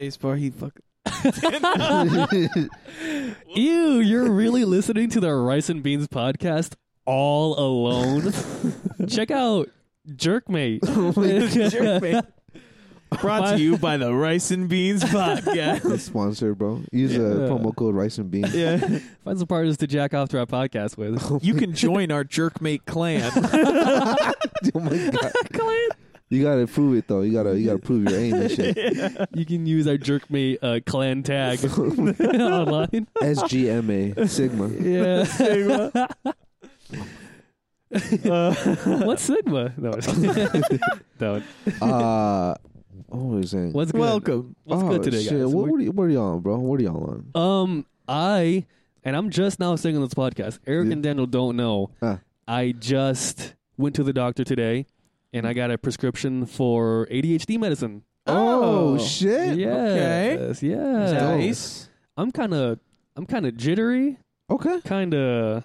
Space bar, he fuck. Ew, you're really listening to the Rice and Beans podcast all alone? Check out Jerkmate. Oh Jerkmate. Bye. Brought to you by the Rice and Beans Podcast. It's sponsored, bro. Use a Yeah. promo code rice and beans. yeah. Find some partners to jack off to our podcast with. You can join our Jerkmate clan. oh my god. You gotta prove it though. You gotta you gotta prove your aim and shit. You can use our Jerkmate uh, clan tag online. SGMA Sigma. Yeah. What's Sigma? No, I'm just kidding. Don't. Uh what was I saying? What's good? Welcome. What's oh, good today, shit. guys? What, We're- what, are you, what are y'all on, bro? What are y'all on? Um, I and I'm just now saying on this podcast. Eric Yeah. and Daniel don't know. Ah. I just went to the doctor today, and I got a prescription for ADHD medicine. Oh, Oh. shit. yes, yes. Nice. I'm kind of, I'm kind of jittery, Okay. kind of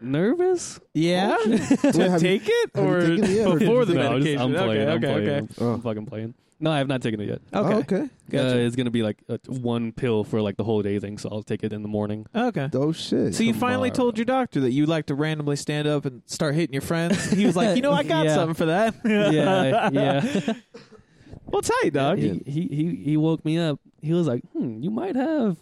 nervous. Yeah. Oh, Wait, to have you- take it have you or taken it yet, or before did the you- No, I'm just- medication? I'm playing. okay, I'm okay, playing. okay. I'm- I'm Oh, fucking playing. No, I have not taken it yet. okay. Okay. okay. Uh, Gotcha. it's gonna be like a one pill for like the whole day thing, so I'll take it in the morning. Okay. Oh shit. So you finally tomorrow. told your doctor that you like to randomly stand up and start hitting your friends. He was like, "You know, I got Yeah. something for that." yeah, yeah. Well, tight, dog. he, he he he woke me up. He was like, "Hmm, you might have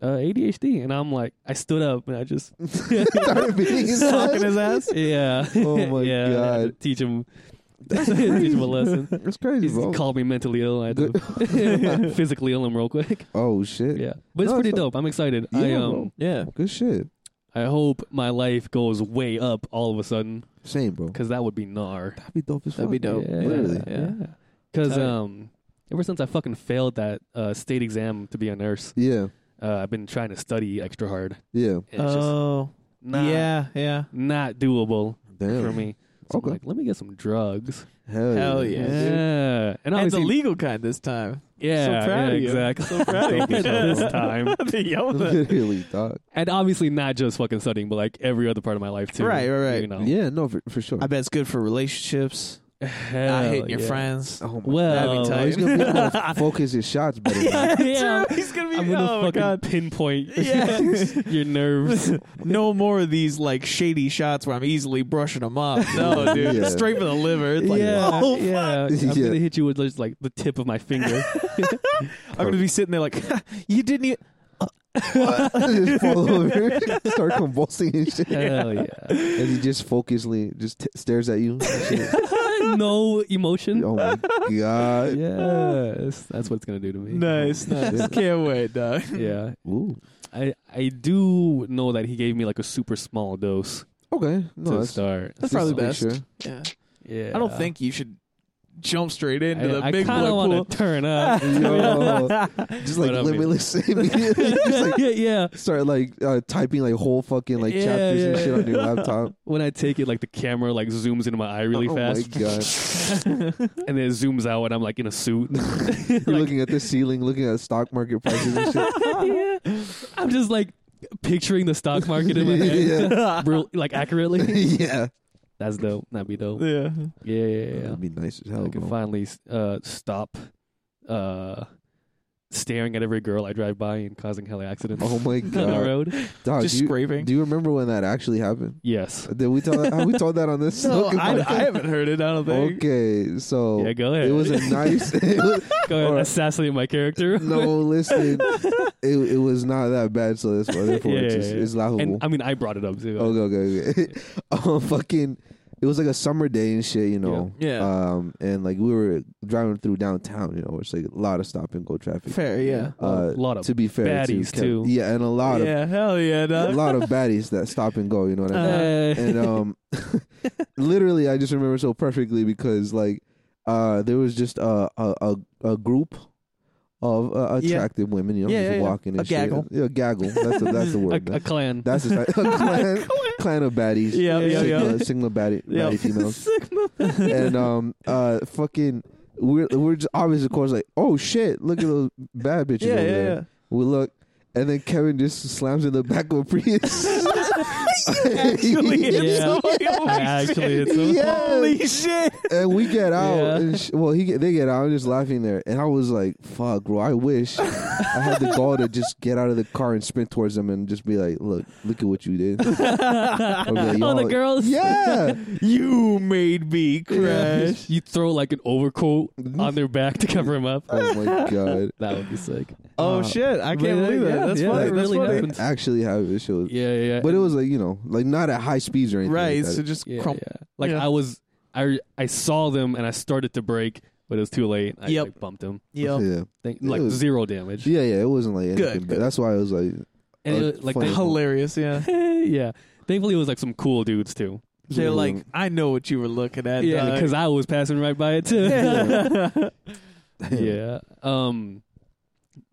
uh, ADHD," and I'm like, I stood up and I just, Started beating his Sucking ass. his ass. yeah, Oh my yeah, I had to God. teach him, teach him a lesson. That's crazy, He just bro. called me mentally ill. I had to physically ill him real quick. Oh shit. Yeah, but it's No, pretty it's dope. I'm excited. I Yeah, um, bro. Yeah. Good shit. I hope my life goes way up all of a sudden Same, bro. because that would be gnar. That'd be dope as That'd be fuck. dope. Yeah, Literally. yeah. Because Tight. um, ever since I fucking failed that uh, state exam to be a nurse, Yeah. uh, I've been trying to study extra hard. Yeah. It's just Oh. not, Yeah. Yeah. not doable Damn. for me. So Okay. I'm like, let me get some drugs. Hell, Hell yeah. yeah. Yeah, and And the obviously, legal kind this time. yeah, so proud yeah, of you. exactly. So proud of you. this time, the yellow. Literally, dog. and obviously not just fucking studying, but like every other part of my life too. Right, right, right. You know, Yeah, no, for, for sure. I bet it's good for relationships. Hell not hitting your yeah. friends. oh my That'd be Well, God. tight. He's gonna be able to focus his shots better. now. yeah, He's gonna be. I'm gonna oh my fucking god. pinpoint Yeah. your nerves. no more of these like shady shots where I'm easily brushing them off. No, dude, Yeah. straight for the liver. It's like, yeah, oh, fuck. yeah. I'm Yeah. gonna hit you with just like the tip of my finger. I'm gonna be sitting there like, you didn't. e- just fall over, start convulsing and shit, Hell yeah. and he just focusly just t- stares at you. Shit. no emotion. Oh my god! Yes, that's what it's gonna do to me. Nice, nice. Can't wait, dog. Yeah, Ooh. I I do know that he gave me like a super small dose Okay. No, to that's, start. That's just probably to make best. Sure. Yeah. Yeah, I don't think you should jump straight I, into the I big kinda blood pool. wanna turn up. Yo, just like But I mean- limitless. immediately. just like yeah, yeah. start like uh, typing like whole fucking like Yeah, chapters and yeah, shit on your yeah. laptop. When I take it, like the camera like zooms into my eye really oh fast, my god! and then it zooms out, and I'm like in a suit. You're looking at the ceiling, looking at stock market prices and shit. yeah. I'm just like picturing the stock market in my head, real, like accurately. yeah. That's dope. That'd be dope. yeah. Yeah, yeah, yeah. That'd be nice as hell, I can bro. finally uh, stop uh, staring at every girl I drive by and causing hella accidents Oh my on the god, road. Dog, Just do, you, scraping. do you remember when that actually happened? Yes. Did we tell that? Have we told that on this? no, fucking I, I podcast? haven't heard it. I don't think. Okay, so Yeah, go ahead. it was a nice. it was- Go ahead, Alright. assassinate my character. no, listen, it, it was not that bad. So that's why therefore Yeah, it's, yeah, just, yeah. it's laughable. And I mean, I brought it up too. Okay, okay, okay. um, fucking, it was like a summer day and shit, you know. Yeah. Yeah. Um, and like we were driving through downtown, you know, it's like a lot of stop and go traffic. Fair, yeah. Uh, a lot of to be fair, baddies, Kev- too. Yeah, and a lot Yeah, hell yeah, of a dog. lot of baddies that stop and go. You know what I mean? Uh, and um, literally, I just remember so perfectly because like, uh, there was just a a a, a group of uh, Yeah. attractive women, you know, Yeah, just yeah, yeah. walking and A shit. gaggle. Yeah, gaggle. That's the, that's the a, word. man. a clan. that's the, a clan, clan of baddies. Yeah, yeah, yeah. Sigma, Sigma baddie, Yeah. baddie females. and um, uh, fucking. We're we're just obviously of course like oh shit look at those bad bitches Yeah, over yeah, there yeah. we look and then Kevin just slams in the back of a Prius Actually, it's Yeah. soy. Holy Actually, shit. it's a- Yes. Holy shit. and we get out. Yeah. And sh- well, he get, they get out. I'm just laughing there, and I was like, "Fuck, bro! I wish I had the gall to just get out of the car and sprint towards them and just be like, look, look at what you did.' I'll be like, Oh, the "Y'all- girls. yeah, You made me crash. You throw like an overcoat Mm-hmm. on their back to cover him up. oh my god, That would be sick. Oh Uh, shit! I can't but, believe that. yeah, That's yeah, funny. that That's really funny. happened. actually have it shows." Yeah, yeah. yeah. But it was like you know, like not at high speeds or anything. like Right? that. So just yeah, crump. yeah. Like Yeah. I was, I I saw them and I started to break, but it was too late. I Yep. like, bumped them. Yep. yeah, Thank, like was- zero damage. yeah, yeah. It wasn't like anything. Good, bad. good. That's why I was like, And Uh, it, was- like fine. they, Hilarious. Yeah. yeah. Thankfully, it was like some cool dudes too. They're like, I know what you were looking at. yeah, because I was passing right by it too. yeah. Um.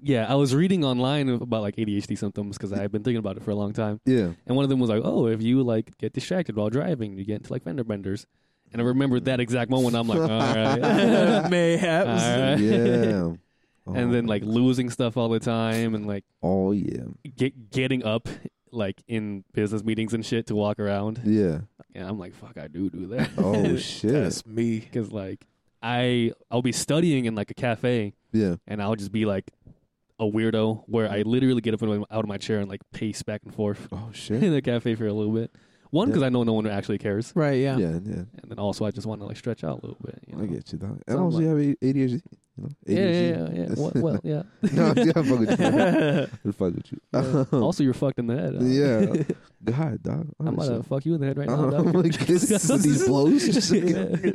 Yeah, I was reading online about like ADHD symptoms because I had been thinking about it for a long time. yeah, And one of them was like, "Oh, if you like get distracted while driving, you get into like fender benders." And I remembered that exact moment. I'm like, "All right, dog. mayhaps. all right." yeah. And then like losing stuff all the time, and like oh yeah, get, getting up like in business meetings and shit to walk around. yeah. And I'm like, "Fuck, I do do that." Oh shit, That's me. because like I I'll be studying in like a cafe, yeah. and I'll just be like a weirdo where I literally get up and out of my chair and like pace back and forth Oh shit, in the cafe for a little bit. One, Yeah. because I know no one actually cares. Right. Yeah. yeah, yeah. and then also I just want to like stretch out a little bit. You know? I get you, dog. So And also, I'm you have A- ADHD. You know, yeah, yeah, yeah, yeah. That's- Well, well, yeah. no, dude, I'm fucking with you. I'm fucking with you. also, you're fucked in the head. huh? yeah. God, dog. I'm honestly. gonna fuck you in the head right now. Uh, I'm dog. like, this is these blows. Just like, Yeah.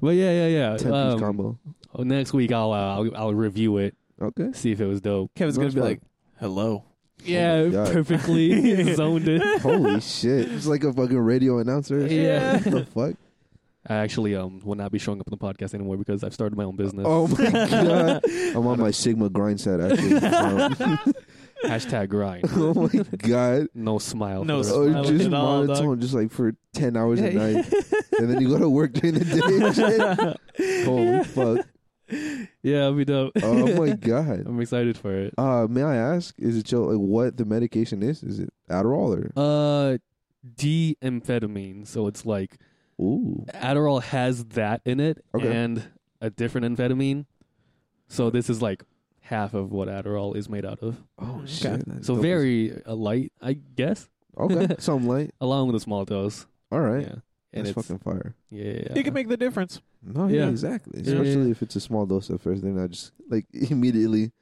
But yeah, yeah, yeah. Ten piece Um, combo. oh, next week I'll, uh, I'll I'll review it, Okay. see if it was dope. Kevin's gonna That's be fine. like, "Hello." Yeah, my God. perfectly zoned it. Holy shit! It's like a fucking radio announcer. and shit. Yeah. What the fuck? I actually um will not be showing up in the podcast anymore because I've started my own business. Oh my god! I'm on my Sigma grind set actually. Um, Hashtag grind. oh my god! No smile. No for the rest smile. of Oh, Smiling my life. just at all, dog. monotone, just like for ten hours a night, and then you go to work during the day. and shit. Holy fuck! Yeah, it'll be dope. Oh my god! I'm excited for it. Uh, may I ask, is it Joe, like what the medication is? Is it Adderall or? Uh, D amphetamine. So it's like Ooh, Adderall has that in it Okay. and a different amphetamine. So this is like half of what Adderall is made out of. oh shit! that's So dope as- very uh, light, I guess, okay. Something light. along with a small dose. All right, Yeah. And that's it's fucking fire. yeah. It can make the difference. No, yeah, Yeah. exactly. Yeah, yeah, Especially if it's a small dose at first, they're not just like immediately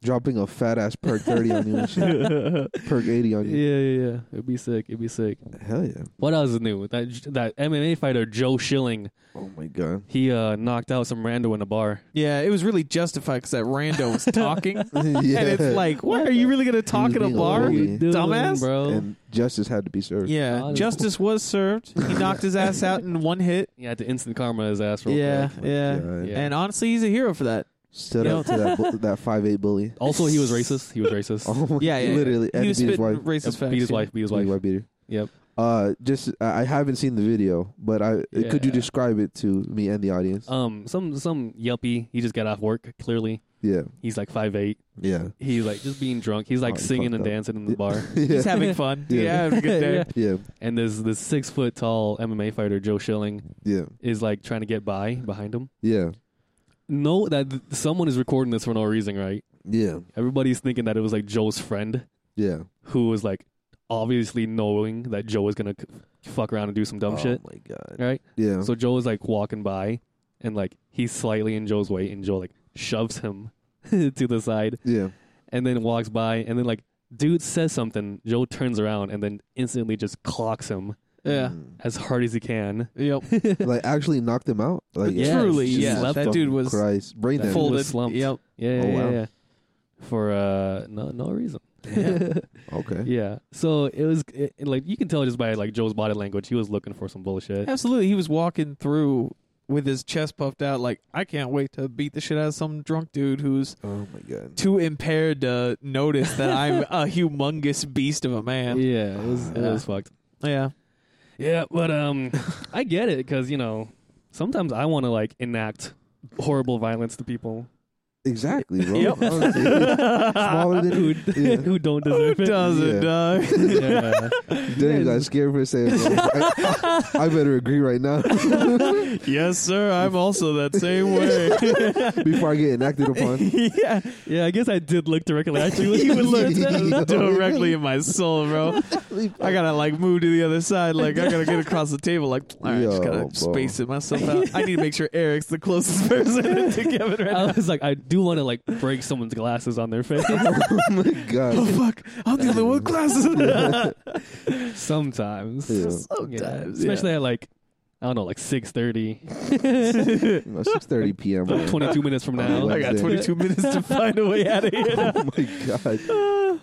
dropping a fat ass perk thirty on you and shit, yeah, perk eighty on you. yeah, yeah. It'd be sick. It'd be sick. Hell yeah! What else is new? That that MMA fighter Joe Schilling, Oh my god. he uh knocked out some rando in a bar. Yeah, it was really justified because that rando was talking, yeah. and it's like, "What are you really gonna talk was at a being bar, a you bully. dumbass?" bro. and justice had to be served. Yeah, Honestly. justice was served. He knocked his ass out in one hit. yeah, the instant karma his ass. Real Yeah, quick. yeah. Oh God. Yeah. And honestly, he's a hero for that. Stood You up to that bu- that five eight bully. Also, he was racist. He was racist. Oh my, Yeah, yeah. literally. He and was beat his spitting wife. Yeah, racist facts. beat his yeah. wife. Beat his Beat wife. his wife, beat her. Yep. Uh, just I I haven't seen the video, but I could Yeah. you describe it to me and the Uh, audience? Um, some some yuppie. He just got off work. Clearly, yeah, he's like five eight. yeah, He's like just being drunk. He's like Oh, he singing and fucked up. dancing in the bar. He's yeah, having fun. Yeah. Yeah, having a good day. Yeah. yeah, And this this six foot tall MMA fighter Joe Schilling yeah, is like trying to get by behind him. yeah, No, that th- someone is recording this for no reason, right? yeah, Everybody's thinking that it was like Joe's friend yeah. who was like obviously knowing that Joe was gonna c- fuck around and do some dumb oh shit, my god. right? Yeah. So Joe is like walking by, and like he's slightly in Joe's way, and Joe like shoves him to the side, yeah. and then walks by, and then like dude says something. Joe turns around and then instantly just clocks him Yeah. Mm. as hard as he can. Yep. like oh, actually knocked him out. Like Yeah, Truly, Jesus yeah. That fucking dude was Christ, brain That dude damage. was folded. slumped. Yep. Yeah, Oh, yeah, wow. yeah. For uh, no, no reason. Okay. yeah. So it was it, it, like you can tell just by like Joe's body language, he was looking for some bullshit. Absolutely. He was walking through with his chest puffed out, like, I can't wait to beat the shit out of some drunk dude who's Oh my god. too impaired to notice that I'm a humongous beast of a man. Yeah, it was it Yeah. was fucked. Yeah. Yeah, but um, I get it because you know sometimes I want to like enact horrible violence to people. Exactly, bro. Yep. Honestly, Smaller than who, yeah. who don't deserve it. Doesn't Yeah. dog. Yeah. Then you got scared for a second. bro. I, I, better agree right now yes, sir. I'm also that same way. before I get enacted upon. yeah, yeah, I guess I did look directly at you. you would Yeah. look directly in my soul, bro. Oh I gotta like move to the other side. Like I gotta get across the table. Like all right, just Yo, gotta bro. space it myself out. I need to make sure Eric's the closest person to Kevin right now. I was like, I do want to like break someone's glasses on their face oh my Oh god. fuck! I'm the only one with glasses. sometimes. Yeah. Yeah. Sometimes, especially at like I don't know, like six thirty. Six thirty p.m. bro. Twenty two minutes from Oh, now. my I got 22 Wednesday. minutes to find a way out of here. Oh my god.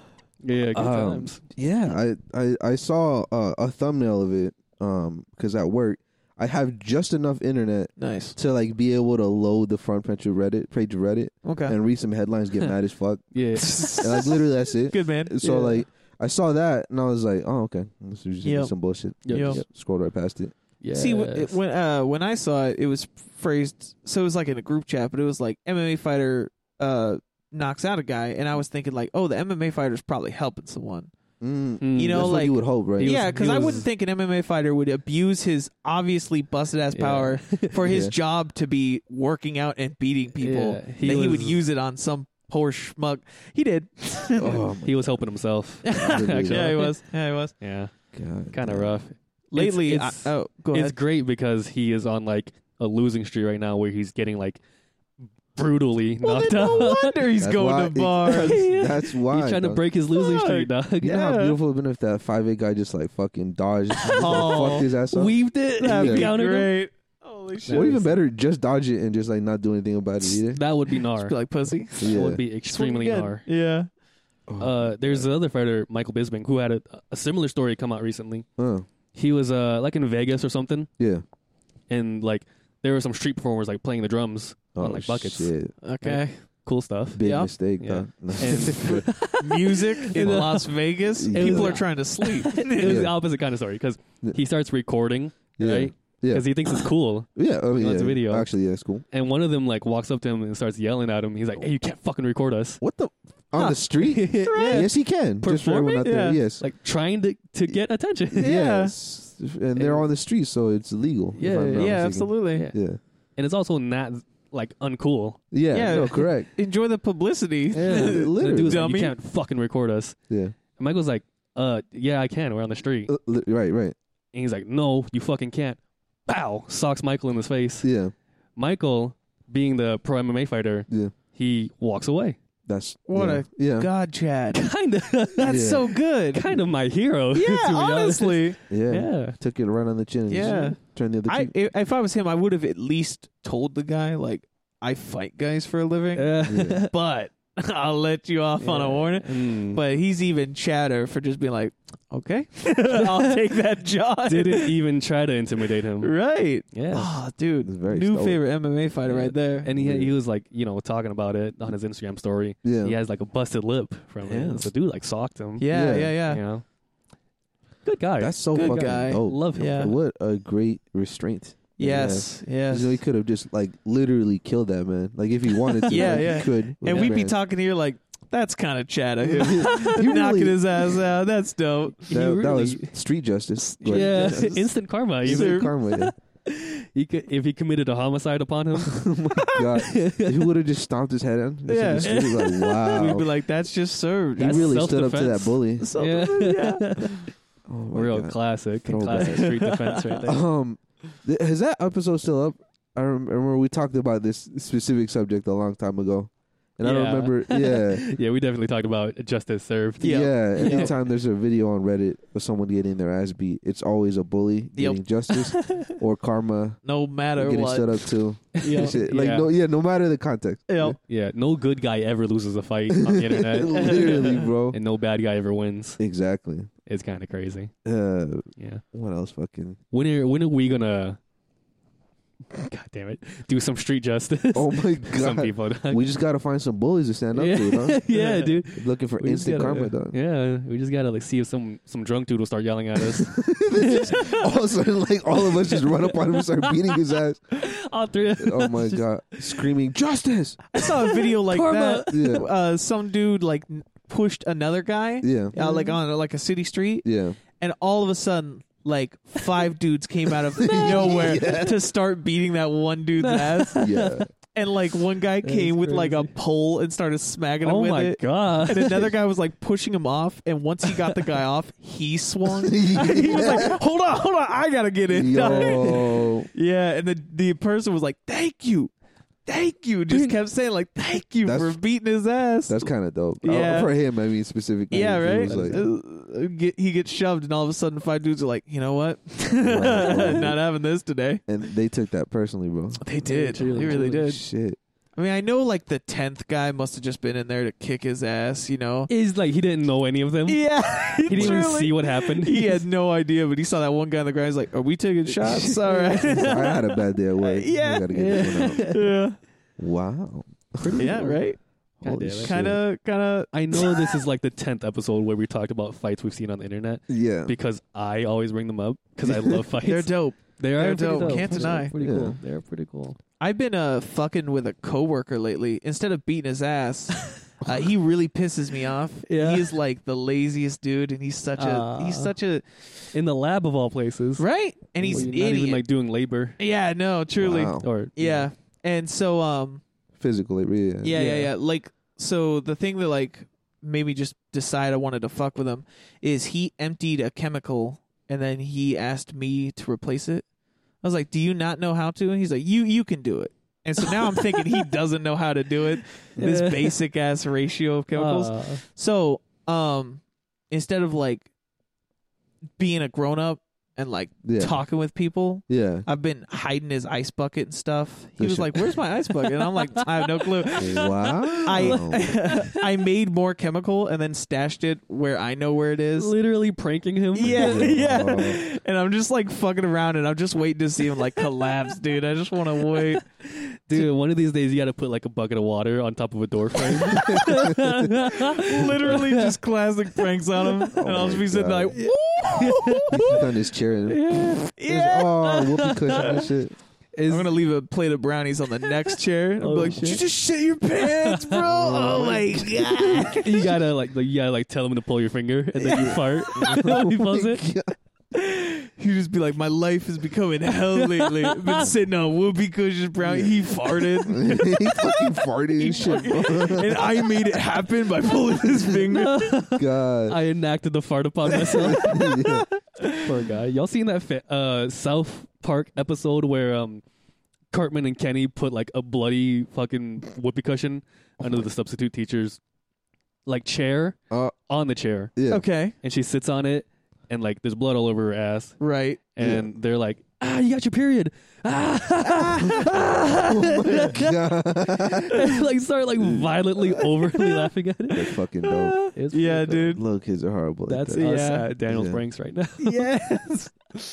Yeah, good Um, times. Yeah, I I, I saw uh, a thumbnail of it because at work I have just enough internet Nice. to like be able to load the front page of Reddit, page of Reddit, Okay. and read some headlines, get mad as fuck, Yeah. and like literally that's it. Good man. So Yeah. like I saw that and I was like, oh okay, this is just Yep. some bullshit. Yep. Yep. Just Scrolled right past it. Yeah. See when it, when uh, when I saw it, it was phrased so it was like in a group chat, but it was like MMA fighter uh, knocks out a guy, and I was thinking like, oh, the MMA fighter's probably helping someone. Mm. you know, That's what like- you would hope, right? He was- yeah, because he I was- wouldn't think an MMA fighter would abuse his obviously busted ass Yeah. power for his Yeah. job to be working out and beating people. Yeah, he he that he would was- use it on some poor schmuck. He did. Oh my he was helping himself. yeah, he was. Yeah, he was. Yeah. god. Kind of rough. Lately, it's- I, oh, go it's ahead. great because he is on like a losing streak right now where he's getting like brutally Well, knocked then out. no wonder he's That's going why to it- bars. That's why. he's trying to dog. break his losing streak, dog. You know how Yeah. beautiful it would have been if that five eight guy just like fucking dodged, Oh. fucked his ass up. Weaved it. That'd He be countered him. great. Holy shit. Or even better, just dodge it and just like not do anything about it either. That would be gnar. Just be like pussy. That Yeah. would be extremely Swing gnar. again. Yeah. Uh, there's another fighter, Michael Bisping, who had a, a similar story come out recently. Oh, He was uh, like in Vegas or something, yeah. and like there were some street performers like playing the drums on like buckets, Oh, Shit. Okay. cool stuff. Big Yeah. mistake. Yeah. dog. No. And- Music in Las Vegas. Yeah. People are trying to sleep. It was Yeah. the opposite kind of story because Yeah. he starts recording, yeah. right? Yeah. Because he thinks it's cool. Yeah. Oh, He yeah. wants a video. Actually, yeah, it's cool. And one of them like walks up to him and starts yelling at him. He's like, "Hey, you can't fucking record us!" What the? Huh. On the street? Yes, he can. Just for everyone Performing? out there. Yeah. Yes. Like trying to to get attention. Yeah. Yes. And they're on the street, so it's illegal. if Yeah, I'm not yeah, mistaken. absolutely. Yeah. Yeah. and it's also not like uncool. Yeah. Yeah. No, correct. Enjoy the publicity. The Yeah. dude's Literally. like, Dummy. "You can't fucking record us." Yeah. And Michael's like, uh, yeah, I can. We're on the street. Uh, li- Right. Right. And he's like, no, you fucking can't. Bow! Socks Michael in his face. Yeah. Michael, being the pro MMA fighter, Yeah. he walks away. That's What yeah. a yeah. God, Chad. Kind of, That's Yeah. so good. kind of my hero. to yeah, be honest. honestly. Yeah. Yeah. Took it right on the chin. and just Yeah. Turned the other I cheek. if if I was him, I would have at least told the guy like I fight guys for a living, Uh, but I'll let you off on a Yeah. warning. mm. But he's even chatter for just being like, okay, I'll take that job. didn't even try to intimidate him. Right. Yeah. Ah. Oh, dude. It's very New stoic. favorite MMA fighter Yeah. right there. And he he was like, you know, talking about it on his Instagram story. Yeah. He has like a busted lip from Yeah. it. So dude like socked him. yeah, Yeah. yeah, yeah. You know. Good guy. That's so Good fucking guy. dope. Love him. Yeah. What a great restraint. Yes, yes. So he could have just like literally killed that man. Like if he wanted to, Yeah, like, yeah. he could. with and his we'd be hands. talking here like, that's kind of chatter here. You Knocking really- his ass out. That's dope. He That, that really- was street justice. Like, Yeah, just- instant karma. just Even like karma. yeah. he could, if he committed a homicide upon him, God, if he would have just stomped his head in. Yeah. Yeah. Street, like, We'd be wow. like, that's just served. He That's really stood up to that self-defense. bully. So- yeah, Oh my real God. classic, Throwback. classic street defense right there. Um, th- is that episode still up? I rem- remember we talked about this specific subject a long time ago, and I don't Yeah. remember. Yeah. yeah, we definitely talked about justice served. Yeah. Yeah. Yeah. Anytime there's a video on Reddit of someone getting their ass beat, it's always a bully getting justice or karma No matter getting what. stood up to. Yeah. Shit. Like Yeah. no, yeah, no matter the context. Yeah. Yeah, no good guy ever loses a fight on the internet, Literally, bro. and no bad guy ever wins. Exactly. It's kind of crazy. Uh, Yeah, what else? Fucking when are when are we gonna God damn it. Do some street justice. Oh my some god. people. dog. We just gotta find some bullies to stand up yeah. to, huh? yeah, dude. Looking for We just instant gotta- karma, dog. Yeah, we just gotta like see if some some drunk dude will start yelling at us. all of a sudden, like all of us just run up on him and start beating his ass. All three. of- Oh my god, screaming justice! I saw a video like Karma. that. Yeah, Uh, some dude like n- pushed another guy, yeah, uh, like Mm-hmm. on like a city street, yeah. and all of a sudden like five dudes came out of nowhere to start beating that one dude's ass yeah. and like one guy That came is with like a crazy. pole and started smacking him Oh with my it god. and another guy was like pushing him off and once he got the guy off he swung he was Yeah. like hold on hold on i gotta get in Yo, yeah and the, the person was like thank you thank you just kept saying like thank you That's- for beating his ass that's kind of dope. Uh, Yeah. for him, I mean specifically. yeah, it right. was like- Uh, get, he gets shoved, and all of a sudden, five dudes are like, "You know what? Wow. Not having this today." and they took that personally, bro. They did. They really They really did. did. Shit. I mean, I know like the tenth guy must have just been in there to kick his ass, you know? Is like he didn't know any of them. Yeah, He didn't even see what happened. He had no idea, but he saw that one guy on the ground. He's like, "Are we taking shots? All right." I had a bad day at work. Yeah. I gotta get this one out. yeah, Wow. yeah, right. God Holy damn it. shit. Kind of, kind of. I know this is like the tenth episode where we talked about fights we've seen on the internet Yeah. because I always bring them up because I love fights. They're dope. They are they're pretty dope. Can't They're deny. Pretty Yeah. cool. They're pretty cool. I've been uh fucking with a coworker lately. Instead of beating his ass, uh, he really pisses me off. Yeah. He is like the laziest dude, and he's such a he's Aw. such a In the lab of all places. right, and he's Where an you're not idiot. even like doing labor yeah, no, truly, Wow. or yeah. And so um, Physically, yeah. yeah, yeah, Yeah. yeah, Like so, the thing that like made me just decide I wanted to fuck with him is he emptied a chemical, and then he asked me to replace it. I was like, "Do you not know how to?" And he's like, "You you can do it." And so now I'm thinking he doesn't know how to do it. This Yeah. basic ass ratio of chemicals. Uh, So, um, instead of like being a grown up and like Yeah. talking with people, Yeah. I've been hiding his ice bucket and stuff. He Good was shit. like, "Where's my ice bucket?" And I'm like, "I have no clue." Wow. I I made more chemical and then stashed it where I know where it is. literally pranking him. Yeah, Wow. yeah. And I'm just like fucking around and I'm just waiting to see him like collapse, dude. I just want to wait. Dude, one of these days you got to put like a bucket of water on top of a door frame. Literally just classic pranks on him. and I'll just my be sitting there God. like, Oh "Woo!" He's on his chair and yeah. oh, whoopee cushion and shit. I'm gonna leave a plate of brownies on the next chair. and Oh, be like, shit. "Did you just shit your pants, bro? oh my god! you gotta like, like you gotta like tell him to pull your finger and then you fart. when he pulls Oh it. He'd just be like, "My life is becoming hell lately. I've been sitting on whoopee cushions, brownie. He farted, he fucking farted and shit, bro. and I made it happen by pulling his finger." God. I enacted the fart upon myself. Yeah. Poor guy. Y'all seen that fa- uh, South Park episode where um, Cartman and Kenny put like a bloody fucking whoopee cushion under the substitute teacher's like chair Uh, on the chair, yeah. Okay, and she sits on it, and like there's blood all over her ass, right. and they're like, "Ah, you got your period!" Oh Ah! my god. And, like start like violently, overly laughing at it. That's fucking dope. It's pretty Yeah, dope. dude. Little kids are horrible. like That's that. us Yeah. at Daniel's Yeah. ranks right now. Yes,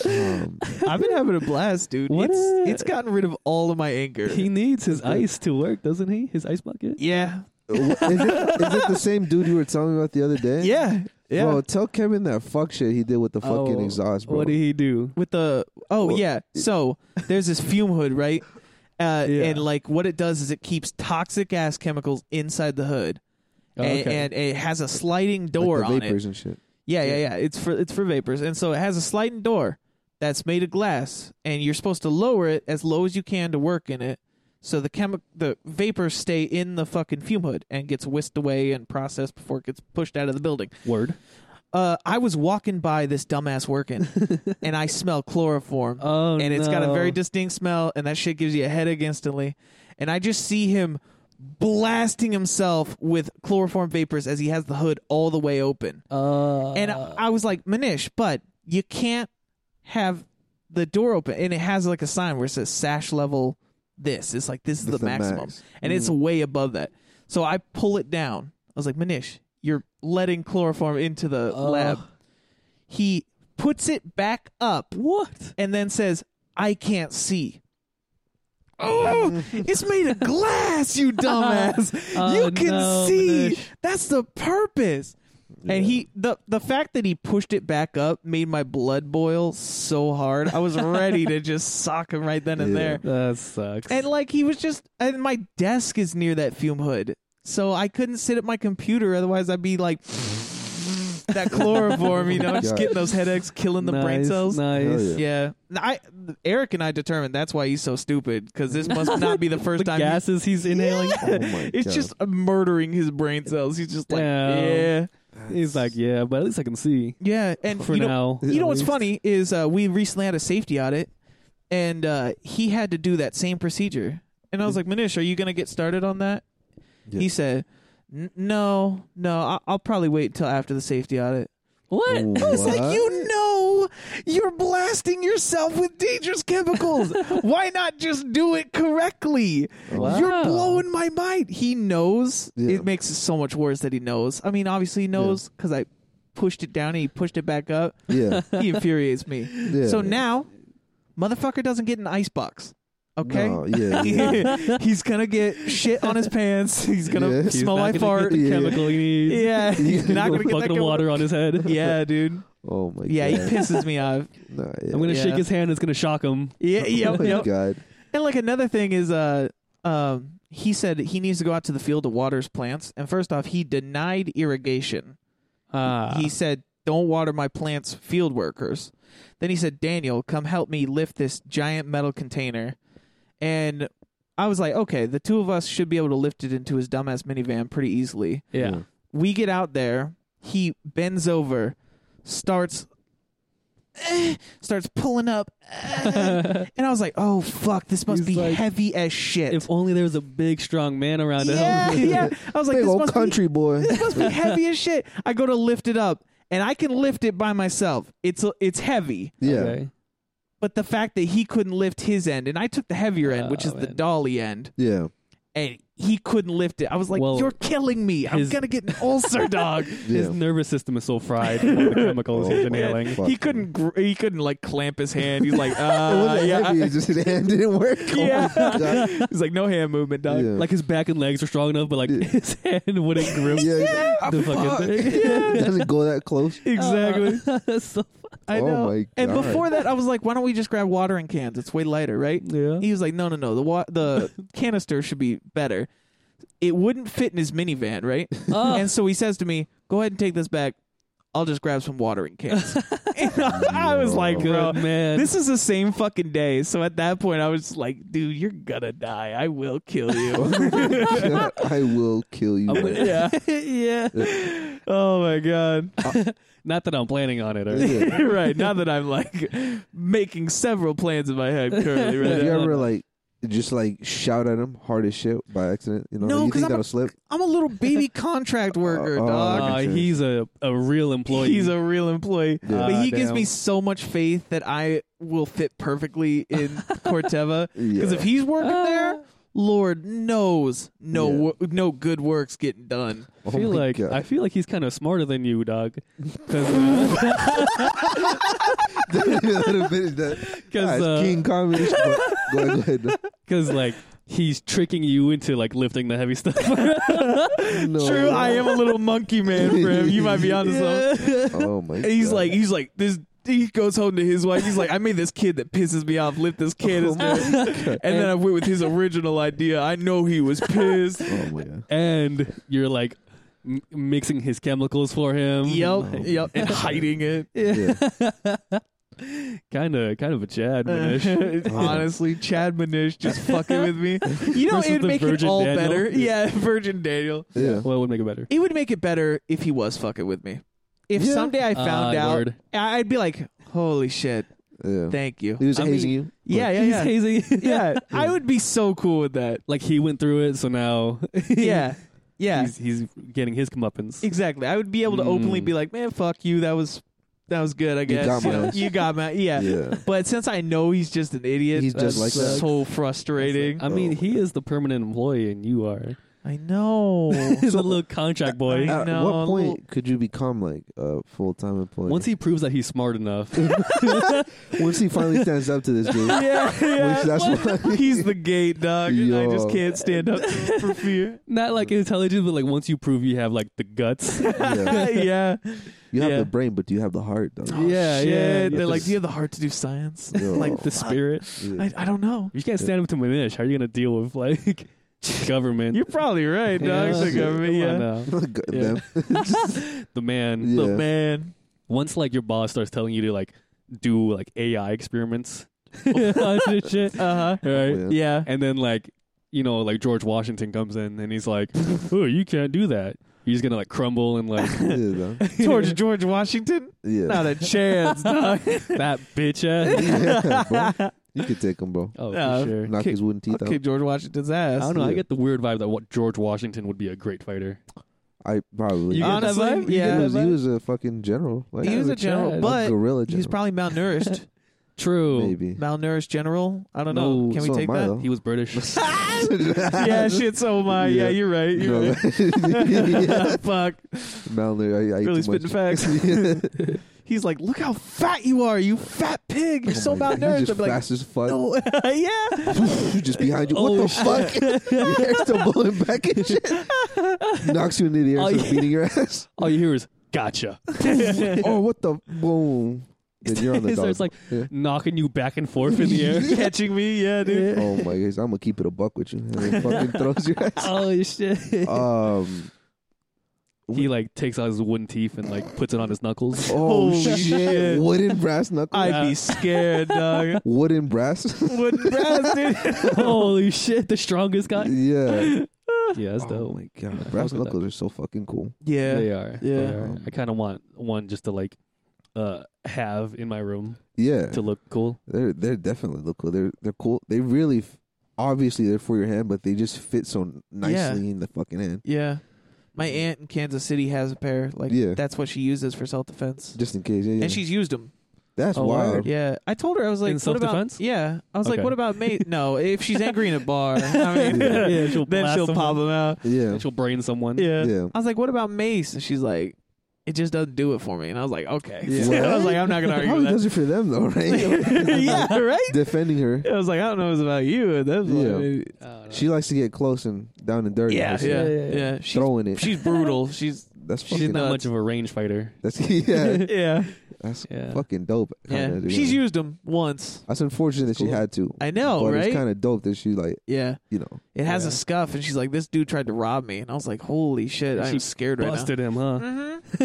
Um, I've been having a blast, dude. What It's a- it's gotten rid of all of my anger. He needs his ice to work, doesn't he? His ice bucket. yeah, is, it, is it the same dude you were telling me about the other day? yeah, yeah. Bro, tell Kevin that fuck shit he did with the fucking Oh, exhaust, bro. What did he do? with the oh Well, yeah so there's this fume hood right uh, Yeah. and like what it does is it keeps toxic ass chemicals inside the hood Oh, and, okay. and it has a sliding Like door the on it vapors and shit. yeah yeah yeah it's for it's for vapors and so it has a sliding door that's made of glass and you're supposed to lower it as low as you can to work in it so the chemi- the vapors stay in the fucking fume hood and gets whisked away and processed before it gets pushed out of the building Word. uh, i was walking by this dumbass working and i smell chloroform Oh, and it's got a no. very distinct smell, and that shit gives you a headache instantly. And I just see him blasting himself with chloroform vapors as he has the hood all the way open. Uh, and I, I was like, Manish, but you can't have the door open. And it has like a sign where it says sash level this. It's like, this is the, Mm-hmm. That's the maximum. max. And it's way above that. So I pull it down. I was like, Manish, you're letting chloroform into the Oh. lab. He puts it back up what? and then says, I can't see. Oh, it's made of glass, you dumbass. Oh, you can no, see. Manish. That's the purpose. And he the the fact that he pushed it back up made my blood boil so hard. I was ready to just sock him right then and Yeah. there. That sucks. And like he was just and my desk is near that fume hood. So I couldn't sit at my computer otherwise I'd be like that chloroform, you know, just God. getting those headaches, killing the nice, brain cells. Hell Nice. yeah. Yeah. I Eric and I determined that's why he's so stupid because this must not be the first The time. he- gases he's inhaling. Oh my it's God. just murdering his brain cells. He's just like, Damn. yeah, He's like, yeah, but at least I can see yeah. And for you know, now. you know what's At least. funny is uh, we recently had a safety audit, and uh, he had to do that same procedure. And I was like, Manish, are you gonna get started on that? Yeah. He said, "N- No, no, I- I'll probably wait until after the safety audit. what? I was like, What? you know, you're blasting yourself with dangerous chemicals. Why not just do it correctly? Wow. Oh, You're blowing my mind. He knows. Yeah. It makes it so much worse that he knows. I mean, obviously he knows because I pushed it down and he pushed it back up. yeah, He infuriates me. yeah. So now, motherfucker doesn't get an ice box. Okay. No, yeah, yeah. He's gonna get shit on his pants. He's gonna Yeah. He's smell not like gonna fart. Get the Yeah. Oh, chemical he needs. Yeah, he's not gonna get that fucking chemical. water on his head. Yeah, dude. oh my Yeah, he god. pisses me off. No, I'm yeah. gonna Yeah. shake his hand. It's gonna shock him. Yeah, oh yep, my yep. god. And like another thing is, uh, um, he said he needs to go out to the field to water his plants. And first off, he denied irrigation. Ah, He said, "Don't water my plants, field workers." Then he said, "Daniel, come help me lift this giant metal container." And I was like, "Okay, the two of us should be able to lift it into his dumbass minivan pretty easily." yeah. We get out there. He bends over, starts eh, starts pulling up, eh. and I was like, "Oh fuck, this must He's be like, heavy as shit." If only there was a big, strong man around to yeah, help. him. yeah. I was like, Big "This old must be country boy. this must be heavy as shit." I go to lift it up, and I can lift it by myself. It's it's heavy, Yeah. Okay. but the fact that he couldn't lift his end, and I took the heavier end, which Oh, is the man. dolly end, Yeah. and he couldn't lift it. I was like, Well, "You're killing me! I'm his- gonna get an ulcer, dog." His Yeah. nervous system is so fried from all the chemicals Oh, he's fuck. inhaling. Fuck. He couldn't. Gr- he couldn't like clamp his hand. He's like, It uh, wasn't yeah, heavy, it just his hand didn't work. Yeah. Oh my God. He's like, no hand movement, dog. Yeah. Like his back and legs are strong enough, but like his hand wouldn't grip Yeah. the fucking thing. Doesn't go that close. Exactly. Uh, that's so I Oh know. my And God. before that, I was like, why don't we just grab watering cans? It's way lighter, right? Yeah. He was like, no, no, no. The wa- the canister should be better. It wouldn't fit in his minivan, right? Oh. And so he says to me, go ahead and take this back. I'll just grab some watering cans. And I was like, good, bro, man. this is the same fucking day. So at that point, I was just like, dude, you're gonna die. I will kill you. I will kill you. I'm gonna- man. yeah, yeah. oh my god. Not that I'm planning on it. Or, Uh, Yeah. right now that I'm like making several plans in my head currently. Right Have you now. ever like just like shout at him hard as shit by accident? You know, No, you 'cause think I'm that'll a- slip? I'm a little baby contract worker, Uh, uh, dog. Uh, Sure. he's a, a real employee. He's a real employee, Yeah. but he Ah, gives me damn. so much faith that I will fit perfectly in Corteva. Because Yeah. if he's working Uh, there, Lord knows no Yeah. wo- no good works getting done. Oh I feel my like God. I feel like he's kind of smarter than you, dog. uh, Because That'll finish that. 'Cause, Ah, it's uh, King Comedy. but- go ahead, go ahead. like he's tricking you into like lifting the heavy stuff. No. True, I am a little monkey man for him. You might be onto something. Oh my And he's God. like, he's like, this. He goes home to his wife. He's like, I made this kid that pisses me off. Lift this Oh, canister, and then I went with his original idea. I know he was pissed. Oh my god. and you're like m- mixing his chemicals for Oh, him. yep, yep, and hiding it. Yeah. kind of kind of a Chad. Uh. Manish. Honestly, Chad Manish just fucking with me. You know, Versus it'd the make it Virgin all Daniel. better. Yeah, Virgin Daniel. Yeah. well, it would make it better. It would make it better if he was fucking with me. If Yeah. someday I found Ah, out, word. I'd be like, "Holy shit, Yeah. thank you." He was I mean, hazing you. Yeah, yeah, he's yeah. hazing. yeah, I would be so cool with that. like he went through it, so now Yeah, yeah. he's he's getting his comeuppance. Exactly. I would be able to openly Mm. be like, "Man, fuck you. That was that was good. I guess got you, my know, ass." you got my yeah." Yeah. But since I know he's just an idiot, He's that's just like that. so frustrating. I mean, Oh my he is the permanent employee, and you are. I know. He's a little contract boy. I At know, a what point little- could you become like a full time employee? Once he proves that he's smart enough, Once he finally stands up to this dude, yeah, which that's why He's the gate dog. I just Yo. can't stand up for fear. not like intelligent, but like once you prove you have like the guts. yeah. yeah. you have Yeah. Oh, the brain, but do you have the heart? Though? Yeah, yeah, yeah. They're like, do you have the heart to do science? Yo. like the spirit. Yeah. I, I don't know. You can't stand up to Manish. How are you gonna deal with like government? You're probably right, dog. It's like, Yeah. I mean, yeah. Come on Got Yeah. them. now. the man. Yeah. The man. Once like your boss starts telling you to like do like AI experiments on this shit, Uh huh. right? Yeah. Yeah. And then like you know like George Washington comes in and he's like, "Oh, you can't do that. You're just gonna like crumble and like Yeah, though. Towards George Washington? Yeah. Not a chance, dog. that bitch ass." Yeah, bro. You could take him, bro. Oh, Uh, for sure. Knock kick- his wooden teeth I'll kick George Washington's I ass. don't know. I Yeah. get the weird vibe that what George Washington would be a great fighter. out. I probably. You get that Honestly, vibe? he Yeah. was- he was a fucking general. Like, He was a general, Chad. but gorilla general. he's probably malnourished. True. maybe. malnourished general. I don't No, know. Can we so take am I, that? though. He was British. yeah, shit. So am I. Yeah, Yeah. you're right. You're right. yeah. Fuck. Malnourished. I, I ate Really too much. spitting facts. He's like, look how fat you are, you fat pig. You're so Oh my God, malnourished. he's I'm just like, fast as fuck. no. yeah. just behind you. What Oh, the fuck? your hair's still blowing back and shit. Knocks you into the air, Oh, starts yeah. beating your ass. All you hear is "gotcha." oh, what the boom? Then you're on the He dog. starts, like Yeah. knocking you back and forth in the air. Catching me. Yeah, dude. oh my gosh, I'm gonna keep it a buck with you. And then fucking throws your ass. oh shit! Um. he like takes out his wooden teeth and like puts it on his knuckles. Oh Holy shit. shit. Wooden brass knuckles. I'd be scared, dog. Wooden brass. Wooden brass, dude. Holy shit! The strongest guy. yeah. Yeah, that's oh dope. my god, fuck brass with that. knuckles are so fucking cool. Yeah. They are. Yeah. They are. I kind of want one just to like uh have in my room Yeah. to look cool. They're they're definitely look cool. They're they're cool. They really f- obviously they're for your hand, but they just fit so nicely Yeah. in the fucking hand. Yeah. My aunt in Kansas City has a pair. Like, Yeah. that's what she uses for self defense. Just in case. Yeah, yeah. And she's used them. That's Oh, wild. word. Yeah. I told her, I was like, In what about. self-defense? Yeah. I was like, Okay. what about mate? No, if she's angry in a bar, I mean, Yeah. Yeah, she'll then blast she'll someone. pop them out. Yeah. And she'll brain someone. Yeah. Yeah. I was like, what about Mace? And she's like, it just doesn't do it for me. And I was like, okay. Yeah. I was like, I'm not going to It argue probably with does it for them though, that. right? yeah, right? Defending her. I was like, I don't know if it's about you. And that's Yeah. yeah. I don't know. She likes to get close and down and dirty. Yeah, Just yeah, Yeah, yeah, yeah, yeah. She's, Throwing it. she's brutal. She's, That's She's fucking not nuts. much of a range fighter. that's yeah. yeah, That's Yeah. fucking dope. yeah. kinda, to be She's honest. used him once. That's unfortunate that she cool. had to. I know, but right? it's kind of dope that she like yeah. you know. It has Yeah. a scuff, and she's like, this dude tried to rob me. And I was like, holy shit, She I'm scared right now. Busted him, huh? Mm-hmm.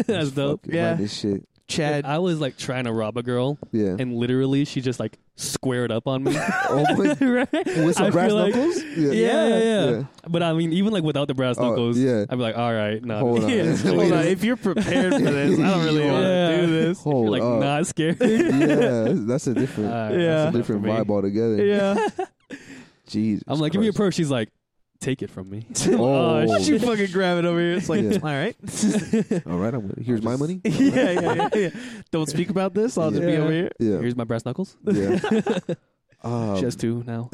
hmm That's dope. fucking Yeah. run This shit. Chad. I was like trying to rob a girl, Yeah. and literally she just like squared up on me. oh my. right? With some I brass feel like- knuckles. Yeah. Yeah, yeah, yeah. Yeah. But I mean, even like without the brass Oh, knuckles, yeah. I'd be like, all right, no. Hold on. Yeah. Yeah. You're, Hold Wait on, a- if you're prepared for this, I don't really want to Yeah. do this. Hold like up. not scared. yeah, that's a different, All Yeah. right, enough that's a different for me. vibe altogether. Yeah. Jesus. I'm like, give me a purse. She's like, take it from me. Oh. Oh, Why don't you shit. fucking grab it over here? It's like, Yeah. all right. a All right, I'm gonna, here's my money. yeah, yeah, yeah, yeah. Don't speak about this. I'll just be Yeah. over here. Yeah. Here's my brass knuckles. yeah. Um, she has two now.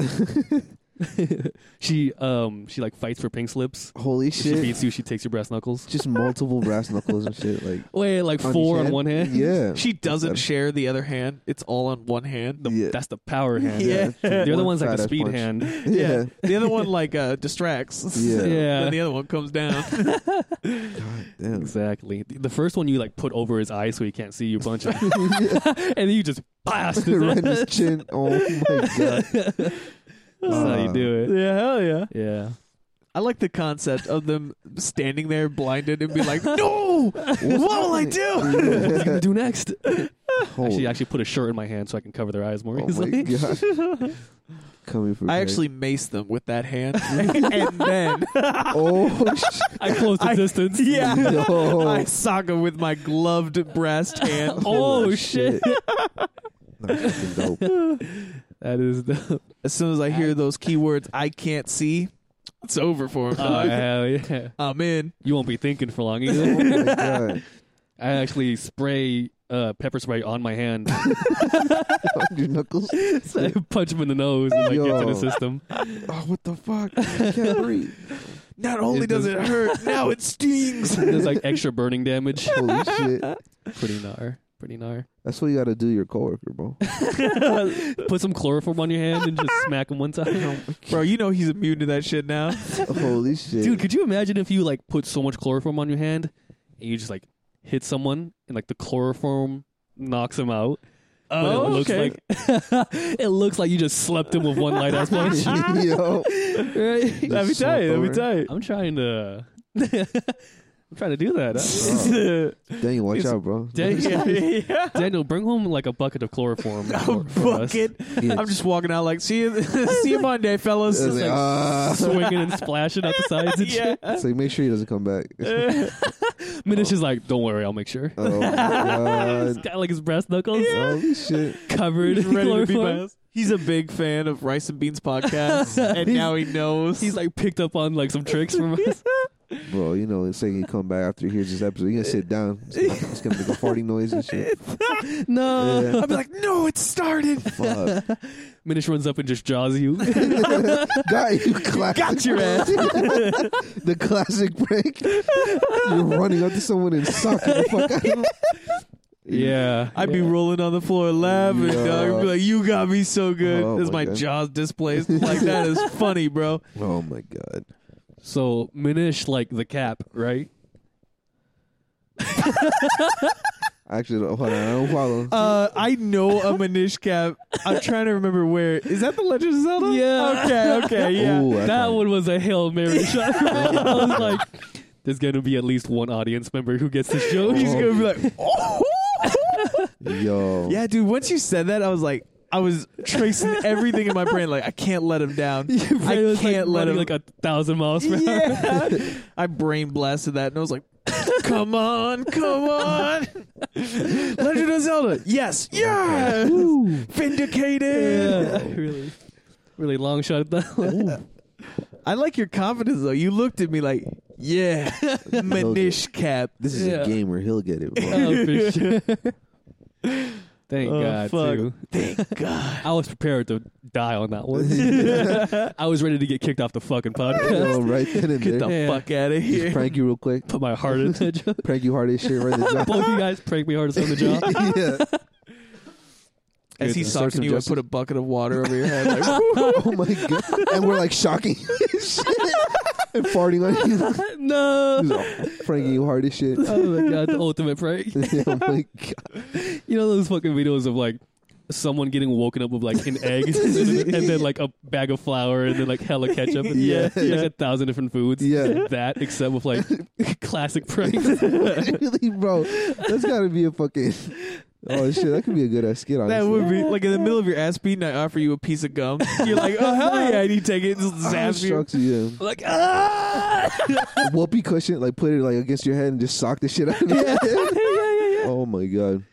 she um she like fights for pink slips. holy If she shit. beats you, she takes your brass knuckles. Just multiple brass knuckles and shit. Like Wait, like on four each on hand. one hand. Yeah. She doesn't That's- share the other hand. It's all on one hand. The- Yeah. That's the power hand. Yeah. The other One one's like fat the ass speed punch. hand. Yeah. The other one like uh distracts. Yeah. Yeah. And the other one comes down. God damn. Exactly. The the first one you like put over his eye so he can't see you punch him, and then you just blast his right in ass. his chin. Oh my god. That's how you Uh, do it. yeah, hell yeah. Yeah. I like the concept of them standing there blinded and be like, No! What will I do? What you gonna do next? She Holy- actually put a shirt in my hand so I can cover their eyes more oh easily. my god. Coming from I actually mace them with that hand. and then Oh shit. I close the I- distance. Yeah. Yo. I sock them with my gloved brassed hand. Oh, Holy shit. That's fucking dope. That is the As soon as I hear those keywords, I can't see, it's over for him. oh, hell yeah. I'm in. You won't be thinking for long Oh either. my god. I actually spray uh, pepper spray on my hand, Oh, On your knuckles. so I punch him in the nose, and like get to Yo. the system. Oh, what the fuck? I can't breathe. Not only It does does- it hurt, now it stings. There's like extra burning damage. Holy shit. Pretty gnar. Pretty gnar. That's what you got to do to your coworker, bro. Put some chloroform on your hand and just smack him one time. Bro, you know he's immune to that shit now. Holy shit. Dude, could you imagine if you like put so much chloroform on your hand and you just like hit someone and like the chloroform knocks him out? but Oh, it looks like it looks like you just slept him with one light ass punch. Yo. Right? let me Just tell you. Let me slept tell you. I'm trying to I'm trying to do that. Dang, watch It's- out, bro. Dang. yeah. Daniel, bring home like a bucket of chloroform. A for- for us. bucket. Yeah. I'm just walking out like, see you, see you Monday, fellas. It's like, ah. swinging and splashing at the sides and yeah. shit. It's like, make sure he doesn't come back. Minish is like, don't worry, I'll make sure. oh, my He's God. got like his brass knuckles Holy shit. Uh, covered He's in ready to beat my chloroform. ass. He's a big fan of Rice and Beans podcast, and He's- now he knows. He's like picked up on like some tricks from us. Bro, you know, it's saying he come back after he hears this episode. He's going to sit down. It's gonna- It's going to make a farting noise and shit. no. Yeah. I'll be like, no, it started. Fuck. Minish runs up and just jaws you. Got you, classic. Got your ass. the classic break. You're running up to someone and sucking the fuck out of them. yeah. I'd be yeah. rolling on the floor laughing, Yeah. dog. I'd be like, you got me so good. Oh, this is my my God. jaws displaced. like, that is funny, bro. Oh my god. So Minish like the cap, right? Actually, hold on, I don't follow. Uh, I know a Manish cap. I'm trying to remember where. Is that the Legend of Zelda? Yeah. Okay, okay, yeah. Ooh, I that found- one was a hail mary shot. I was like, there's gonna be at least one audience member who gets this joke. He's gonna be like, oh. Yo. yeah, dude. Once you said that, I was like, I was tracing everything in my brain. Like, I can't let him down. Your brain I was, like, can't let running, him. like a thousand miles per hour. yeah. I brain blasted that, and I was like, come on, come on. Legend of Zelda. Yes, yes. Vindicated. Yeah, really, really long shot at that. One. I like your confidence though. You looked at me like, yeah, Manish cap. This is Yeah. a gamer. He'll get it. Bro. Oh, for sure. Thank Oh, God, fuck. too. Thank God. I was prepared to die on that one. I was ready to get kicked off the fucking podcast. Yo, right then and Get the Yeah. there. fuck out of Just here. prank you real quick. Put my heart into that joke. Prank you hard as shit right in the job. Both you guys pranked me hardest on the job. yeah. As he Good. socks Serves him you, I justice. put a bucket of water over your head. Like, Oh my god. And we're like shocking you shit and farting on you. He's no. all pranking you hard as shit. Oh my god, the ultimate prank. oh my god. You know those fucking videos of like someone getting woken up with like an egg and then like a bag of flour and then like hella ketchup and Yeah, like yeah. a thousand different foods. Yeah. That except with like classic pranks. really, bro. That's gotta be a fucking. Oh shit, that could be a good ass skit. Honestly. that would be like in the middle of your ass beating. I offer you a piece of gum. You're like, oh hell yeah, and you take it and just Ah, zap you. Strokes you. like ah yeah. Whoopee cushion, like put it like against your head and just sock the shit out of your head. Oh my god,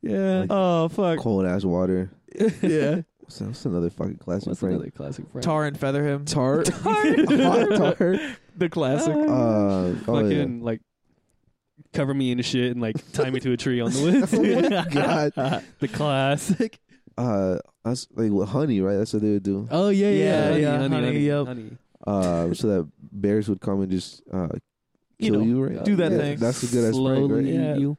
Yeah. Oh fuck. cold ass water. Yeah. What's, what's another fucking classic What's prank? another classic prank? Tar and feather him. Tar. Hot tar. The classic. Uh, oh, yeah. fucking like cover me in shit and like tie me to a tree on the woods. Oh God. the classic. Uh, that's like with honey, right? That's what they would do. Oh yeah, yeah, yeah, yeah, honey, honey, honey, yep. honey. Uh, so that bears would come and just uh, You kill know, you, right? do that Yeah, thing. That's a good ass prank, Slowly right? Yeah. you.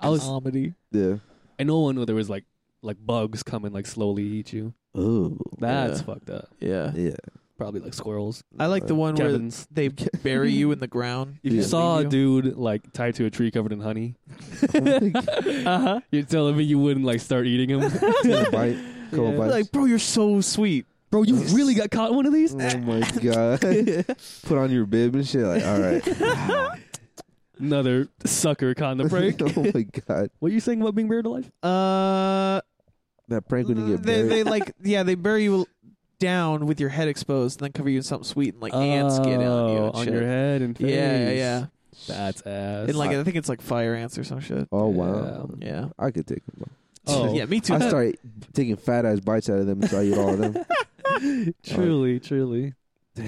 I was comedy. Yeah. I know one where there was like like bugs coming like slowly eat you. Oh. That's Yeah. fucked up. Yeah. Yeah. Uh, Probably like squirrels. I like the one where Cabins. they bury you in the ground. If you Yeah. saw a Leave dude like tied to a tree covered in honey, Oh my God. Uh-huh. you're telling me you wouldn't like start eating him, Take a bite. Couple Yeah. bites. Like, bro, you're so sweet. bro? You really got caught in one of these? oh my god. Put on your bib and shit. Like, all right. Another sucker caught in the prank. oh my god. what are you saying about being buried alive? Uh, That prank when you get they, buried. they like, yeah, they bury you down with your head exposed, and then cover you in something sweet, and like ants get on you Oh, and on shit. your head and face. Yeah, yeah. That's ass. And like, I think it's like fire ants or some shit. Oh wow. Yeah. I could take them. oh, yeah, me too. I started taking fat ass bites out of them until I eat all of them. truly, truly.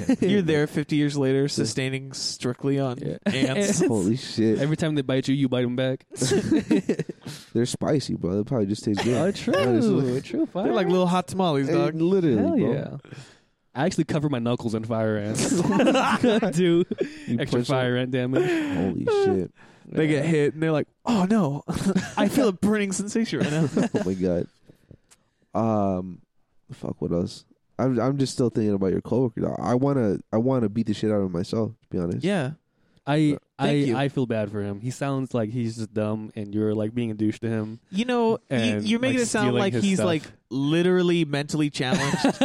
You're there 50 years later, sustaining strictly on Yeah. ants. Holy shit. Every time they bite you, you bite them back. They're spicy, bro. They probably just taste good. Oh, Honestly. true, true. They're Fire. like little hot tamales, Hey, dog. literally, Hell bro. yeah. I actually cover my knuckles in fire ants. Do You extra punch fire ant damage. them? Holy shit! They get hit and they're like, "Oh no, I feel a burning sensation right now." Oh my god. Um, fuck. What else? I'm I'm just still thinking about your coworker. Now. I wanna I wanna beat the shit out of myself. To be honest. yeah, I I Thank you. I feel bad for him. He sounds like he's just dumb, and you're like being a douche to him. you know, you, And, you're making like, it sound stealing like his he's stuff. like literally mentally challenged,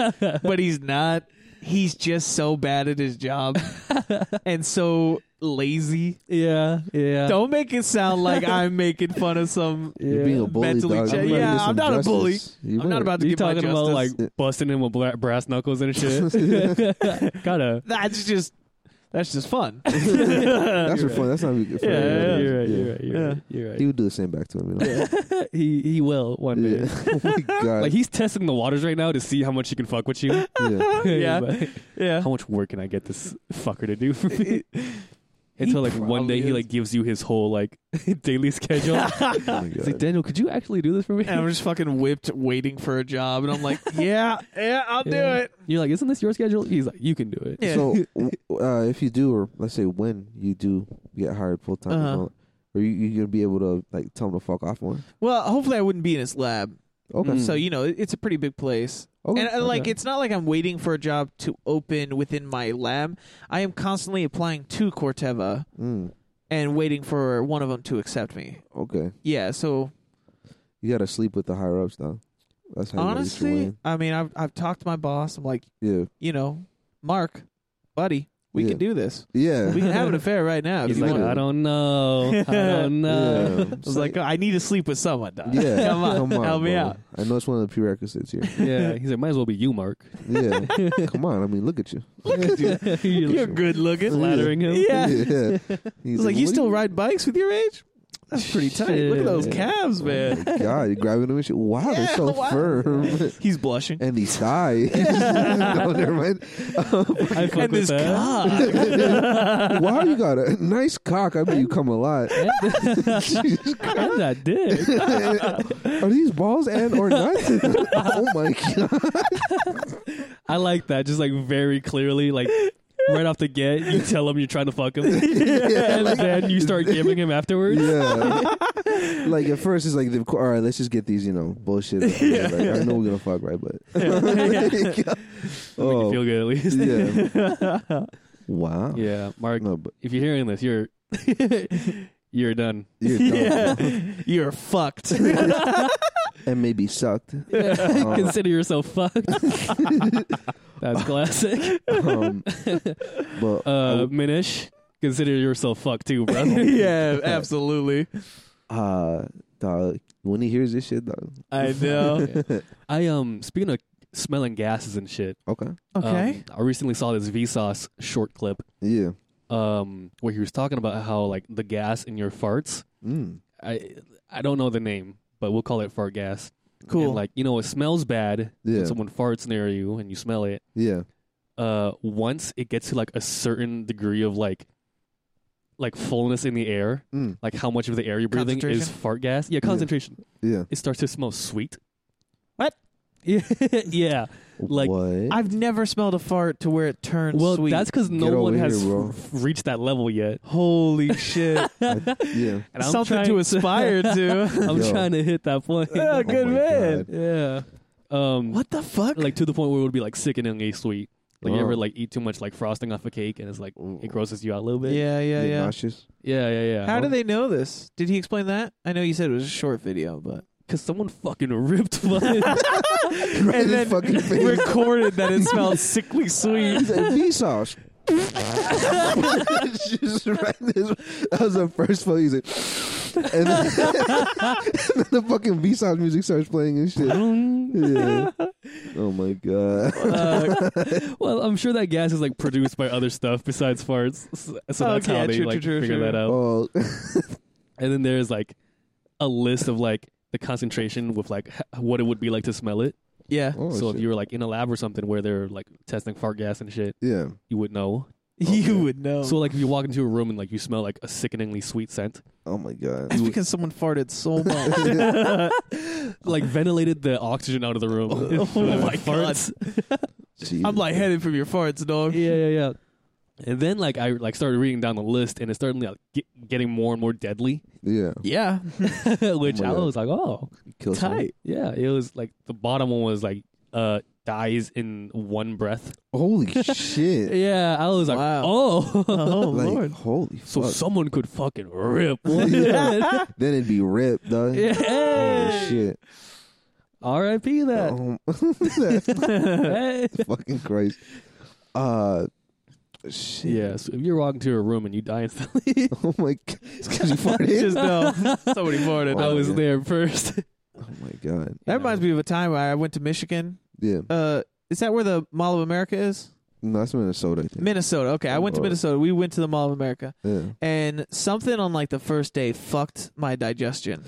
but he's not. He's just so bad at his job and so lazy. yeah, yeah. Don't make it sound like I'm making fun of some. You're being a bully, Mentally dog. cha- You better yeah, get some I'm not a bully. justice. You I'm not better- about to you get my talking about justice. like busting him with bla- brass knuckles and shit? Gotta. that's just that's just fun. That's for fun. That's not even for Yeah, yeah, everybody else. You're right. Yeah. You're right. You're right. You're right. He would do the same back to him. You know? he he will one day. Yeah. oh my god. Like he's testing the waters right now to see how much he can fuck with you. yeah. Yeah. yeah. how much work can I get this fucker to do for me? He Until like one day probably he like gives you his whole like daily schedule. Oh my He's like, god. Daniel, could you actually do this for me? And I'm just fucking whipped waiting for a job and I'm like, Yeah, yeah, I'll Yeah. do it. You're like, isn't this your schedule? He's like, you can do it. Yeah. So, uh, if you do, or let's say when you do get hired full time, Uh-huh. are you you gonna be able to like tell him to fuck off more? Well, hopefully I wouldn't be in his lab. Okay. Mm. So, you know, it- it's a pretty big place. Oh, Okay. and, and like okay. it's not like I'm waiting for a job to open within my lab. I am constantly applying to Corteva Mm. and waiting for one of them to accept me. Okay. Yeah, so You gotta sleep with the higher ups now. That's how you gotta get your honestly, win. I mean, I've I've talked to my boss. I'm like, Yeah. you know, Mark, buddy, we Yeah. can do this. Yeah. We can have an affair right now. if He's you like, want. I don't know. I don't know. yeah. I was like, I need to sleep with someone. Doc. yeah. come on, help me bro. out. I know it's one of the prerequisites here. Yeah. He's like, might as well be you, Mark. Yeah. come on. I mean, look at you. You're You're good looking. flattering him. Yeah. yeah. He's It's like you what still ride bikes with your age? That's pretty tight. Look at those Shit. calves, Oh man. my God, you're grabbing them and shit. Wow, Yeah, they're so wow. firm. He's blushing. and these thighs. no, never mind. I fuck And with this that. cock. Wow, you got a nice cock. I bet you come a lot. Jesus And that dick. Are these balls and or nuts? oh my god! I like that. Just like very clearly, like right off the get, you tell him you're trying to fuck him, and then you start giving him afterwards. Yeah. like at first, it's like, the, all right, let's just get these, you know, bullshit. out of the way. Like, I know we're gonna fuck, right? But Make you oh feel good at least. yeah, wow. Yeah, Mark. No, but If you're hearing this, you're you're done. you're dumb. yeah. You're fucked. and maybe sucked. Consider yourself fucked. That's classic. Um, but Oh. Uh, Minish, consider yourself fucked too, brother. yeah, absolutely. uh, dog, when he hears this shit, dog. I know. I um speaking of smelling gases and shit. Okay. um, Okay. I recently saw this Vsauce short clip Yeah. um where he was talking about how like the gas in your farts Mm. I I don't know the name, but we'll call it fart gas. Cool. And like you know, it smells bad Yeah. when someone farts near you and you smell it. Yeah. Uh, once it gets to like a certain degree of like like fullness in the air, Mm. like how much of the air you're breathing is Concentration? fart gas. Yeah, concentration. Yeah. It starts to smell sweet. What? Yeah, yeah. Like what? I've never smelled a fart to where it turns well, sweet. that's because Get no one over has here, bro. f- reached that level yet. holy shit. yeah. And I'm Something trying to aspire to. I'm Yo. trying to hit that point. Oh, good my man. God. yeah. Um, What the fuck? like to the point where it would be like sickeningly sweet. Like you Oh. ever like eat too much like frosting off a cake and it's like it grosses you out a little bit. yeah, yeah, Get yeah. Nauseous. yeah, yeah. yeah. How do they know this? Did he explain that? I know you said it was a short video, but Because someone fucking ripped fun. Right in his fucking face. recorded that it smelled sickly sweet. He's like, Vsauce. Just right in his- that was the first one. He's like, and then, and then the fucking Vsauce music starts playing and shit. Yeah. Oh my god. Uh, well, I'm sure that gas is like produced by other stuff besides farts, so, so that's Okay, how they Oh, true, like true, true, figure true. that out. Oh, And then there's like a list of like the concentration with like h- what it would be like to smell it. Yeah. oh so if shit. you were like in a lab or something where they're like testing fart gas and shit, yeah, you would know. You would know. So like if you walk into a room and like you smell like a sickeningly sweet scent, oh my god. That's because someone farted so much. like ventilated the oxygen out of the room. Oh my Oh Farts. I'm lightheaded from your farts, dog. yeah, yeah, yeah. And then like I like started reading down the list, and it started like, get, getting more and more deadly, yeah, Yeah. which my I God. was like, oh, kill someone. Tight. yeah. It was like the bottom one was like uh dies in one breath. Holy shit! Yeah, I was like, Wow. oh, Oh, like Lord. holy so fuck. someone could fucking rip. Yeah. then it'd be ripped, dog. Holy yeah. Oh, shit! R.I.P. That. Um, that's Hey. fucking crazy. Uh, shit. Yeah, so if you're walking to a room and you die instantly, Oh my god! It's 'cause you farted. Just know. Somebody farted. I Wow. dog. was yeah. there first. oh my god! That reminds me of a time where I went to Michigan. Yeah, Uh, is that where the Mall of America is? no, that's Minnesota. I think. Minnesota. Okay, I went to Oh. Minnesota. We went to the Mall of America, yeah. and something on like the first day fucked my digestion,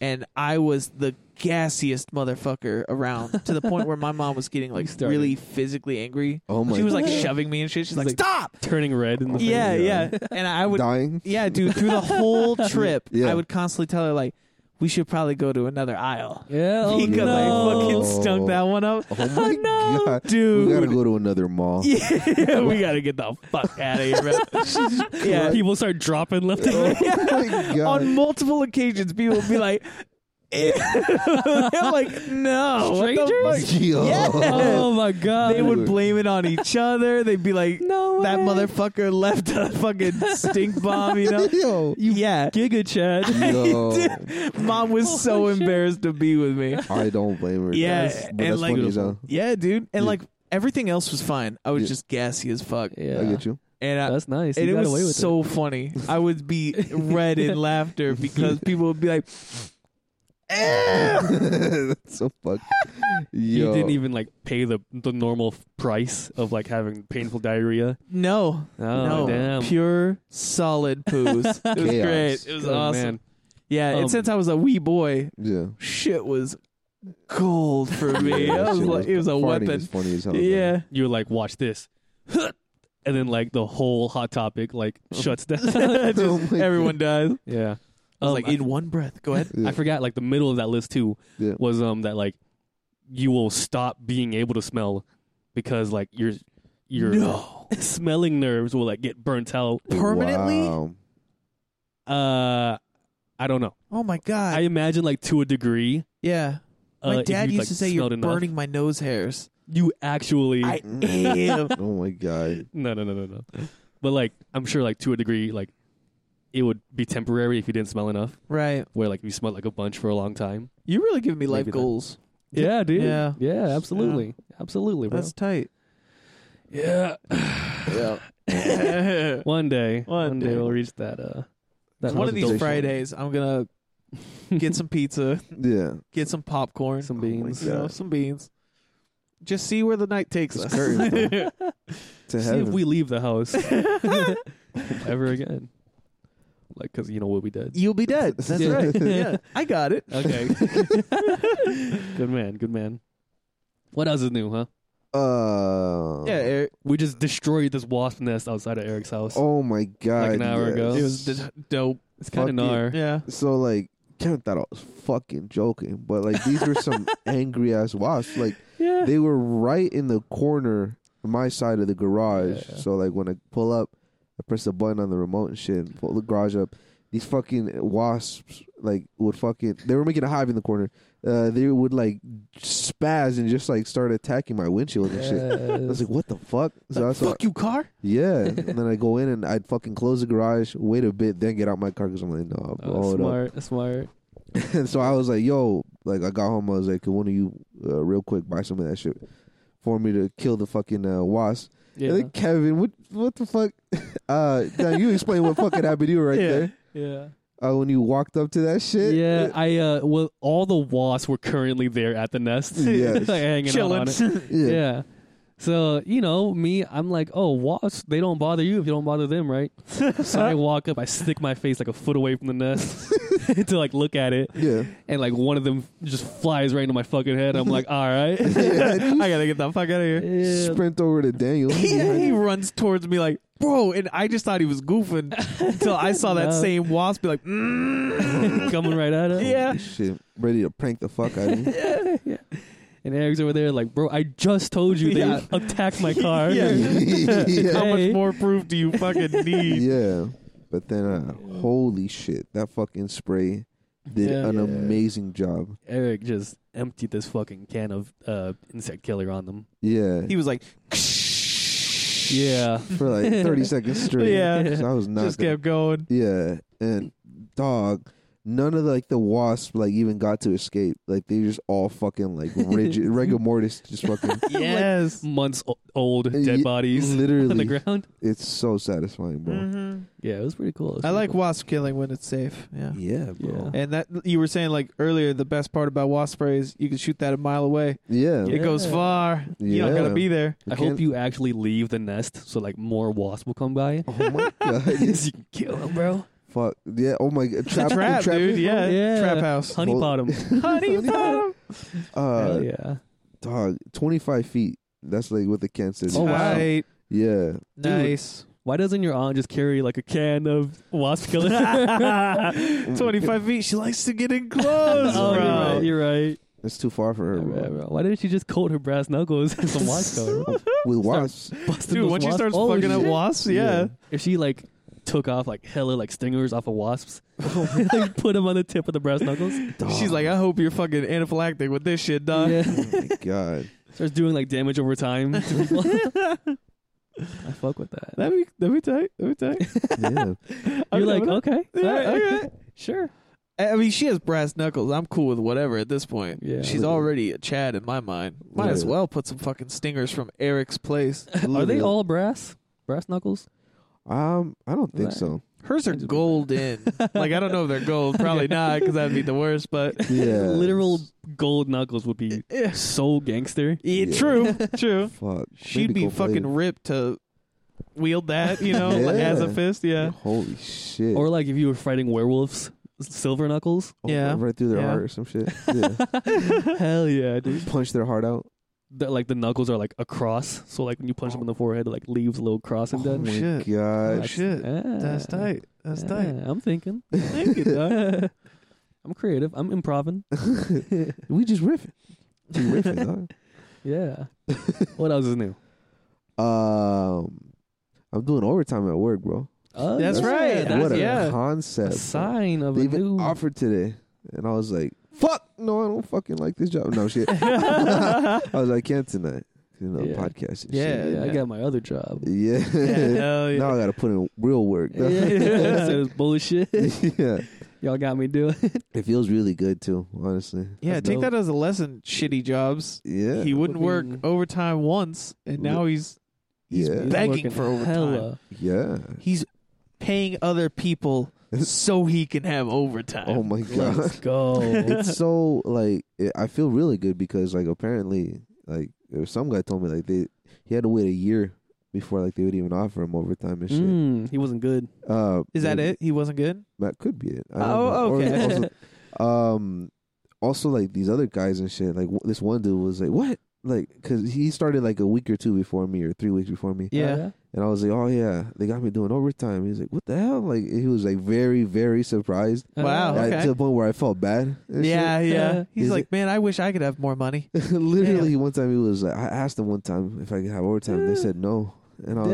and I was the gassiest motherfucker around to the point where my mom was getting like started. really physically angry. Oh my. she was like God. "Oh shoving me and shit. She's She's like, like, "Stop!" turning red in the face. Yeah, yeah. God. And I would dying. Yeah, dude, through the whole trip, Yeah. I would constantly tell her like, "We should probably go to another aisle." Yeah, oh because no. I fucking stunk that one up. Oh my no, god, We gotta dude. go to another mall. yeah, we gotta get the fuck out of here, man. yeah. People start dropping left and Oh right. my god! On multiple occasions, people would be like, "Ew." I'm like, no, what the Strangers? Yo. Yeah. Oh my fuck?" god. They would blame it on each other. They'd be like, no that way. motherfucker left a fucking stink bomb, you know? Yo. yeah. Giga Chad. Yo. Mom was so Holy shit. embarrassed to be with me. I don't blame her. Yeah, that's, but and that's like- funny as hell. Yeah, dude. And Yeah. like everything else was fine. I was Yeah. just gassy as fuck. I Yeah, get you. And I, that's nice. and you it got away was with it. so funny. I would be red in laughter because people would be like, that's so fucked. You Yo. didn't even like pay the the normal f- price of like having painful diarrhea. "No, Oh no, damn! pure solid poos." It was Chaos. great. It was Oh, awesome. man. Yeah, Um, and since I was a wee boy, Yeah. shit was gold for me. Yeah, I was shit like, it was a farting weapon. Is funny as hell. man. Yeah, You would like watch this, and then like the whole hot topic like shuts down. Oh my God. everyone dies. yeah, I was Um, like, I- in one breath. Go ahead. Yeah. I forgot like the middle of that list too Yeah. was um that like you will stop being able to smell because like your your No. smelling nerves will like get burnt out. Permanently? Wow. Uh I don't know. Oh my I god. imagine like to a degree. yeah. My uh, if dad you, used like, to say you're smelled enough, burning my nose hairs. You actually I am. Oh my god. no no no no no. But like I'm sure like to a degree like it would be temporary if you didn't smell enough. Right. Where like you smelled like a bunch for a long time. You're really giving me life Maybe that- goals. Yeah, dude. Yeah. yeah, absolutely, absolutely, bro. That's tight. yeah. Yeah. One day, One one day, day. we'll reach that. Uh, that One of adult these Friday Fridays, I'm gonna get some pizza, Yeah. get some popcorn, some Oh my beans. you know, God. some beans. Just see where the night takes It's us. curtains, man. To See if heaven. we leave the house ever again. Like, cause you know we'll be dead. You'll be dead. That's Yeah. right. Yeah. I got it. Okay. good man. Good man. What else is new, huh? Uh. Yeah, Eric. We just destroyed this wasp nest outside of Eric's house. Oh my god. Like an hour yes. ago. It was d- dope. it's kind of fuck gnar. Yeah. So like, Kevin thought I was fucking joking, but like these were some angry ass wasps. Like Yeah. they were right in the corner, my side of the garage. Yeah. So like when I pull up, I press the button on the remote and shit, and pull the garage up. These fucking wasps like would fucking they were making a hive in the corner. Uh, they would like spaz and just like start attacking my windshield and shit. I was like, what the fuck? So that's why, Fuck you, car. yeah. and then I go in and I'd fucking close the garage, wait a bit, then get out my car because I'm like, no, Oh, hold up. smart. Smart. And so I was like, yo, like I got home, I was like, can one of you uh, real quick buy some of that shit for me to kill the fucking uh, wasp? Yeah. And then Kevin, what what the fuck? Uh, now you explain what fucking happened to you right Yeah. there yeah. uh, when you walked up to that shit. Yeah. I uh. Well, all the wasps were currently there at the nest, Yes. like, hanging out on Chilling. it. yeah, Yeah. So, you know, me, I'm like, oh, wasps, they don't bother you if you don't bother them, right? so I walk up, I stick my face like a foot away from the nest to like look at it, yeah. and like one of them just flies right into my fucking head. I'm like, all right. I gotta get the fuck out of here. Yeah. Sprint over to Daniel. he, he runs towards me like, bro, and I just thought he was goofing until I saw that No. same wasp be like, mm. Coming right at us. yeah. Shit, ready to prank the fuck out of me. And Eric's over there like, bro, I just told you they Yeah. attacked my car. Yeah. How much Hey. more proof do you fucking need? yeah. But then, uh, holy shit, that fucking spray did Yeah. an Yeah. amazing job. Eric just emptied this fucking can of uh, insect killer on them. Yeah, He was like, Yeah. for like thirty seconds straight. Yeah. 'Cause I was not. just gonna- kept going. yeah, and dog, none of like the wasp like even got to escape. Like they just all fucking like rigid, rigor mortis, just fucking. Yes. Months o- old Ye- dead bodies on the Literally, ground. Mm. it's so satisfying, bro. Mhm. Yeah, it was pretty cool. It was I pretty like cool. wasp killing when it's safe. Yeah. Yeah, bro. And that you were saying like earlier, the best part about wasp spray is you can shoot that a mile away. Yeah, Yeah. It goes far. You don't Yeah. gotta be there. I hope you actually leave the nest so like more wasps will come by. Oh my god! you can kill them, bro. Fuck yeah! Oh my god! Trap, Trap, trap, trap dude. Yeah. Yeah. Trap house. Honey Well- pot 'em. Honey farm. Uh, Hell yeah. dog, twenty five feet. That's like what the can says. Oh, wow. Tight. Yeah, Nice. Why doesn't your aunt just carry like a can of wasp killer? Twenty-five feet. She likes to get in close, oh, you're bro. right. You're right. it's too far for her. Yeah, bro. right, bro. Why didn't she just coat her brass knuckles and some wasp killer? With wasps, Busted Dude, those once she wasps- starts oh, fucking at shit. wasps, yeah. Yeah. if she like took off like hella like stingers off of wasps, Oh, like, put them on the tip of the brass knuckles. Dog. She's like, I hope you're fucking anaphylactic with this shit, dog. Yeah, oh my god. starts doing like damage over time. to people. I fuck with that. That'd be that'd be tight. That'd be tight. Yeah. You're I'm like down with okay, that. all right, Yeah, okay, okay. sure. I I mean, she has brass knuckles. I'm cool with whatever at this point. Yeah. She's already a Chad in my mind. Might Yeah. as well put some fucking stingers from Eric's place. Are they all brass? Brass knuckles? Um, I don't think Right. so. Hers are golden. like I don't know if they're gold. Probably not, because that'd be the worst. But Yeah. Literal gold knuckles would be yeah, so gangster. Yeah. true, true. Fuck. She'd Maybe be go play fucking ripped to wield that. You know, like as a Yeah. fist. it. Yeah. Holy shit. Or like if you were fighting werewolves, silver knuckles. Oh, Yeah. Right through their Yeah. heart or some shit. Yeah. Hell yeah, dude. Punch their heart Oh, out. That like the knuckles are like a cross, so like when you punch them in the forehead, it like leaves a little cross and oh done. my shit. god. shit. That's tight. That's tight. I'm thinking. Thank you, dog. I'm creative. I'm improving. we just riffing. We riffing, dog. Yeah. what else is new? Um, I'm doing overtime at work, bro. Oh, That's yeah, right. That's- what a yeah. a concept. bro. sign of They a even new. offered today, and I was like, "Fuck, no, I don't fucking like this job." No shit. I was like, "Can't tonight." You know, Yeah. podcast. And yeah, shit. I got my other job. Yeah. Hell yeah. Now I gotta put in real work. yeah, that was bullshit. yeah. Y'all got me doing. It feels really good too, honestly. Yeah, That's take dope. that as a lesson. Shitty jobs. Yeah. He wouldn't work Fucking- overtime once, and now he's Mm-hmm. he's Yeah. begging for overtime. Hella. yeah. He's paying other people so he can have overtime. Oh my god. Let's go. it's so like it, I feel really good because like apparently like there was some guy told me like they he had to wait a year before like they would even offer him overtime and shit. Mm, he wasn't good. Uh, Is that maybe- it? He wasn't good. That could be it. I don't Oh, know. Or okay. also, um, also like these other guys and shit. Like w- this one dude was like, "What?" Like, cause he started like a week or two before me, or three weeks before me. Yeah. Uh, And I was like, "Oh yeah, they got me doing overtime." He's like, "What the hell?" Like he was like very, very surprised Wow. Oh, at- okay. to the point where I felt bad. and shit. yeah, yeah. Yeah. He's Is like, man, I wish I could have more money. Literally, one time he was like, I asked him one time if I could have overtime. They said no, and I was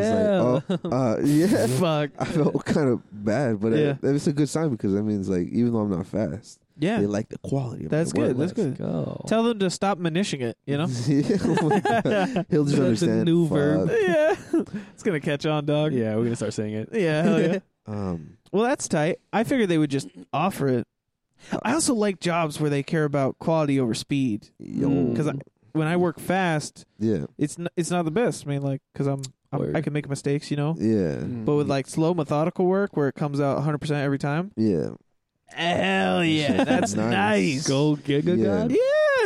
like, Damn. "Oh, uh, yeah." Fuck. I felt kind of bad, but Yeah. it, it's a good sign because that means like even though I'm not fast, Yeah. they like the quality. Of That's my work. good. That's good. Go. Tell them to stop minishing it. You know. Yeah, oh my God. He'll just That's a understand. new Fuck. verb. yeah. it's gonna catch on, dog. yeah, we're gonna start saying it. Yeah. Hell yeah. Um, Well, that's tight. I figured they would just offer it. I also like jobs where they care about quality over speed. yo, Mm. Because when I work fast, yeah, it's n- it's not the best. I mean, like, because I'm, I'm Word. I can make mistakes, you know. yeah, Mm. But with like slow, methodical work where it comes out 100 percent every time. yeah. Hell yeah, that's nice. Nice. Go Giga Yeah. God.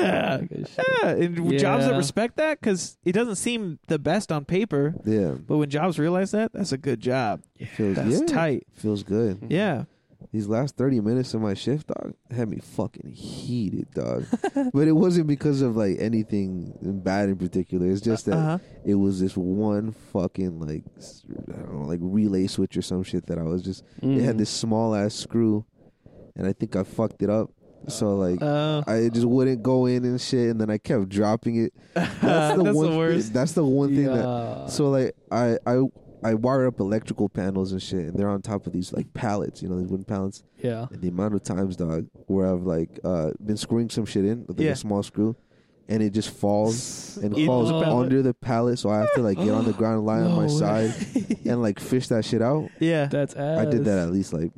Yeah. Good shit. Yeah, and jobs that Yeah. respect that because it doesn't seem the best on paper, Yeah, but when jobs realize that, that's a good job. it feels That's yeah, Mm-hmm. tight. Feels good. Yeah, These last thirty minutes of my shift, dog, had me fucking heated, dog. but it wasn't because of like anything bad in particular. It's just that uh-huh. it was this one fucking like s- I don't know, like relay Mm. switch or some shit that I was just. It had this small ass screw, and I think I fucked it up. So like Uh, I just wouldn't go in and shit, and then I kept dropping it. That's the That's one. the thi- worst. that's the one thing that. Yeah. So like I I I wire up electrical panels and shit, and they're on top of these like pallets, you know, these wooden pallets. yeah. And the amount of times, dog, where I've like uh been screwing some shit in with like, Yeah. a small screw, and it just falls and Into falls the pallet. under the pallet, so I have to like get on the ground, lie on No my way. side, and like fish that shit out. yeah. That's ass. I did that at least like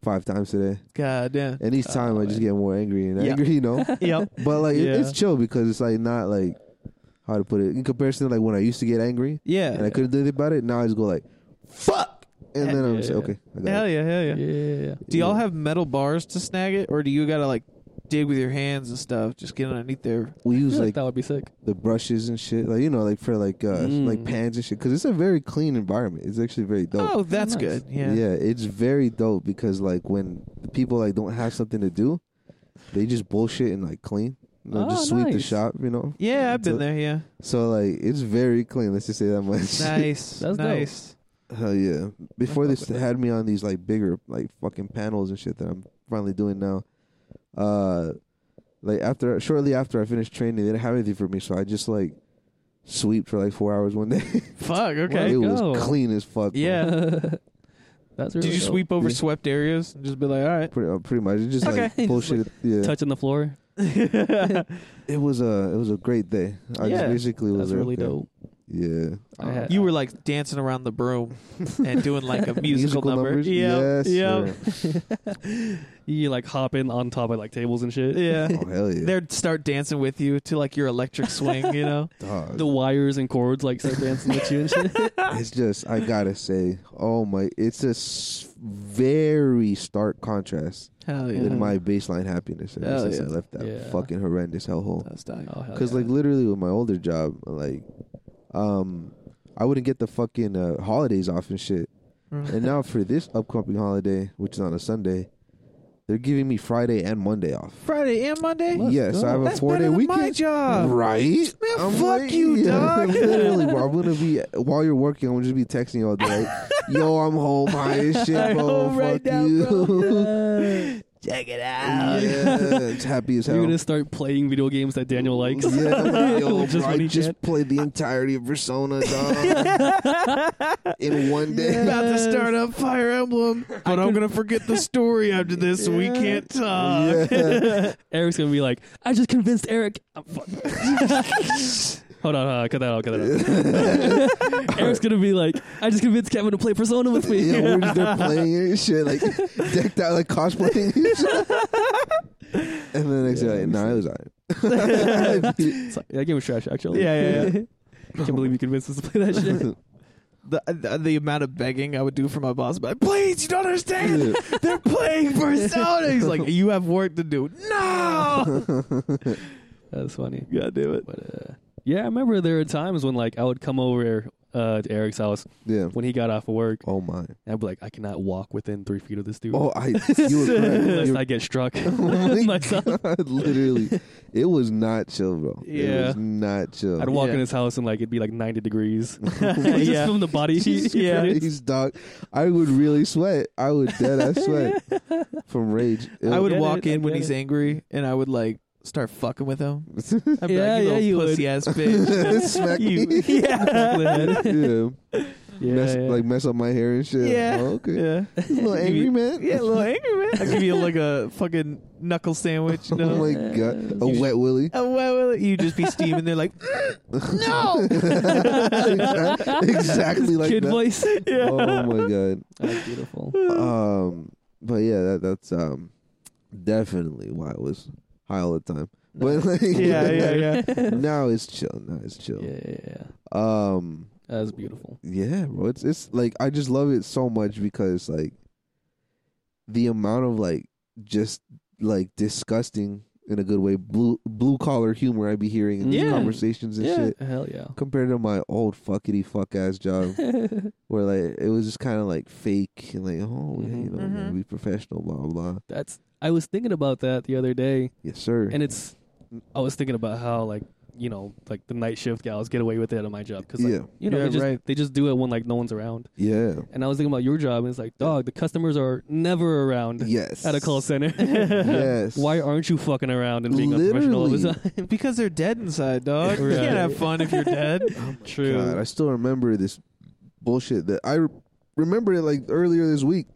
five times today, God damn. and each time I just get more angry and Yeah. angry, you know. Yep. But like it- Yeah. it's chill because it's like not like how to put it in comparison to like when I used to get angry Yeah. and I couldn't do anything about it. Now I just go like, fuck, and then I'm just Yeah. like, okay, I got Hell it. yeah. Hell yeah. Yeah. yeah. Do y'all have metal bars to snag it, or do you gotta like dig with your hands and stuff? Just get underneath there. We I use feel like like that would be sick. the brushes and shit, like you know, like for like uh Mm. like pans and shit, because it's a very clean environment. It's actually very dope. Oh, that's nice. good. Yeah. it's very dope because like when people like don't have something to do, they just bullshit and like clean, you know, Oh, just sweep the nice. shop, you know. Yeah, I've been there. Yeah. So like it's very clean. Let's just say that much. Nice. That's dope. nice. Hell yeah! Before fuck this with that. had me on these like bigger like fucking panels and shit that I'm finally doing now. Uh, like after shortly after I finished training, they didn't have anything for me, so I just like sweep for like four hours one day. Fuck. it Okay. Wow. go. was clean as fuck. bro. Yeah. That's really Did you dope. sweep over Yeah. swept areas and just be like, all right? pretty, uh, pretty much. It just Okay. like bullshit. yeah, touching the floor? it was a it was a great day. I Yeah. just basically That's was like, really okay. dope. Yeah, I had- Oh. you were like dancing around the broom and doing like a musical, number. numbers. Yep, Yes, yep, you like hopping on top of like tables and shit. yeah. sir. Oh hell yeah! They'd start dancing with you to like your electric swing, you know? Dog. The wires and cords like start dancing with you and shit. it's just I gotta say, oh my, it's a s- very stark contrast Hell yeah. in my baseline happiness ever Hell since I yeah. left that Yeah. fucking horrendous hellhole. That's dying. Oh, hell Because yeah. like literally with my older job, like, um, I wouldn't get the fucking uh, holidays off and shit. And now for this upcoming holiday, which is on a Sunday, they're giving me Friday and Monday off. Friday and Monday? Let's yeah, so go. I have a That's four better day than weekend. my job. Right? Man, fuck you, dog. Literally, bro. I'm gonna be while you're working, I'm gonna just be texting you all day. Like, Yo, I'm home high as shit, I'm bro. home Fuck right now, you. Check it yeah, out. it's happy as hell. You're gonna start playing video games that Daniel likes. yeah, I'm like, yo, Just bro, I when he just can't. played the entirety of Persona, dog. in one day. About to start up Fire Emblem, but I'm gonna forget the story after this, so we can't talk. Yeah. Eric's gonna be like, I just convinced Eric. I'm fuck. hold, on, hold on, cut that out, cut that out. Eric's gonna be like, I just convinced Kevin to play Persona with me. Yeah, we're just there playing it and shit, like decked out like cosplaying. and shit. and then the next day, like, nah, it was alright. It's like, that game was trash, actually. Yeah, yeah, yeah. Can't believe you convinced us to play that shit. the, the the amount of begging I would do for my boss, but please, you don't understand. They're playing Persona. He's like, you have work to do. No. That's funny. God damn it. But uh, yeah, I remember there were times when like I would come over uh, to Eric's house yeah. when he got off of work, Oh my. and I'd be like, I cannot walk within three feet of this dude. Oh, I. You were correct. Unless You I get struck my myself. were- literally, it was not chill, bro. It Yeah. was not chill. I'd walk Yeah. in his house and like it'd be like 90 degrees. Just Yeah. from the body heat. Yeah. He's dog. I would really sweat. I would dead. I sweat from rage. It I would get walk it, I in when get he's it. angry, and I would like start fucking with him. I'd be Yeah, like, you yeah, little you would. pussy ass bitch. smack you, me. yeah, yeah, Yeah. mess, yeah. Like mess up my hair and shit. Yeah. Oh, okay. yeah, He's a little angry man. yeah, little angry man. I'll give you like a fucking knuckle sandwich. You know? Oh my god. A You- wet willy. Oh, well, well, you just be steaming. They're like, no. exactly like Kid that. voice. Oh my god. That's beautiful. um but yeah that, that's um definitely why it was high all the time but like yeah, yeah, yeah. now it's chill now it's chill Yeah, yeah, yeah. um That's beautiful. yeah bro it's it's like i just love it so much because like the amount of like just like disgusting in a good way blue blue collar humor i'd be hearing in Yeah. these conversations and Yeah, shit hell yeah. compared to my old fuckity fuck ass job Um, where like it was just kind of like fake and like oh yeah, Mhm. you know Mhm. we professional blah blah That's. I was thinking about that the other day, yes sir and it's. I was thinking about how like you know like the night shift gals get away with it on my job because like, Yeah. you know Yeah, they just right. they just do it when like no one's around. Yeah. And I was thinking about your job, and it's like, dog, the customers are never around Yes. at a call center. Yes. Why aren't you fucking around and being unprofessional all the time? Because they're dead inside, dog. You Right. can't have fun if you're dead. True. Oh God, I still remember this bullshit that I re- remember it like earlier this week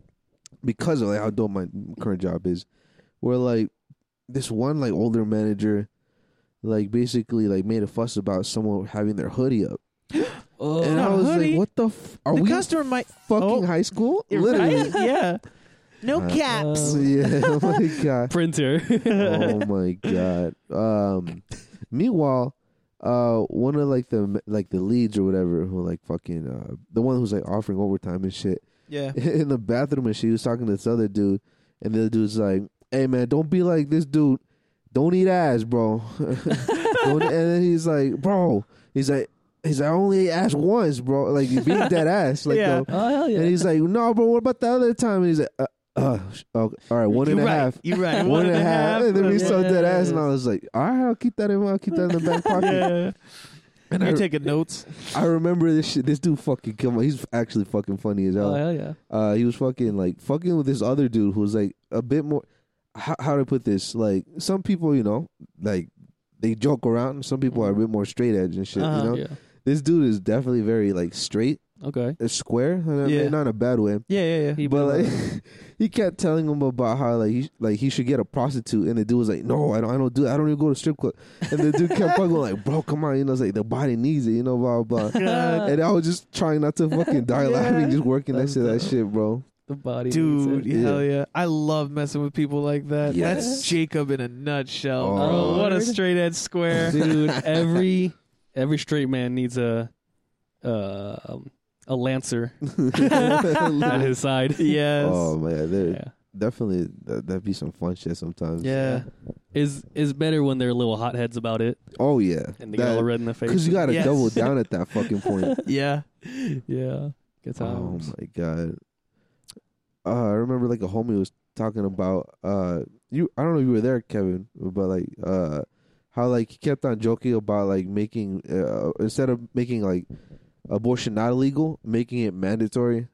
because of like how dope my current job is. Where like this one like older manager like basically like made a fuss about someone having their hoodie up, oh, and I a was hoodie? like, "What the? F- are the we customer might fucking oh, high school? you're Literally? right. Yeah. No Uh, caps. yeah. Oh my god. printer. oh my god. Um, meanwhile, uh, one of like the like the leads or whatever who like fucking uh the one who's like offering overtime and shit yeah. in the bathroom and she was talking to this other dude and the other dude's like, "Hey man, don't be like this dude. Don't eat ass, bro." Don't- e-, and then he's like, "Bro," he's like, "He's like, I only ate ass once, bro. Like you beat that ass, like Yeah. the- oh hell yeah! And he's like, "No, bro. What about the other time?" And he's like, uh, uh, sh- okay, "All right, one You're and a right. half." You're right. One and a half. And then we Yeah. saw that ass, and I was like, all right, I'll keep that in mind. I'll keep that in the back pocket. Yeah. And You're I, taking notes. I remember this shit. This dude fucking come on. He's actually fucking funny as oh hell. hell yeah! Uh, he was fucking like fucking with this other dude who was like a bit more. How, how do I put this? Like some people, you know, like they joke around. and Some people are a bit more straight edge and shit. Uh-huh. You know, Yeah. this dude is definitely very like straight, Okay. uh, square. and I mean, Yeah. not in a bad way. Yeah, yeah, yeah. He but been- like he kept telling him about how like he like he should get a prostitute, and the dude was like, "No, I don't, I don't do, I don't even go to strip club." And the dude kept fucking like, "Bro, come on," you know, it's like the body needs it, you know, blah blah. blah. God. and I was just trying not to fucking die Yeah. laughing, just working next to that That's shit, bro. the body, Dude, needs it. Yeah. hell yeah. I love messing with people like that. That's Yes. Jacob in a nutshell, Oh. bro. What a Word. straight edge square. dude. Every every straight man needs a uh, um, a lancer at his side. yes. oh man, there Yeah. definitely that that'd be some fun shit sometimes. yeah. Is is better when they're little hotheads about it Oh yeah, and they get all red in the face. because you got to Yes. double down at that fucking point. Yeah. yeah. Good Oh times. my god. Uh, I remember like a homie was talking about uh you I don't know if you were there Kevin but like uh how like he kept on joking about like making uh, instead of making like abortion not illegal making it mandatory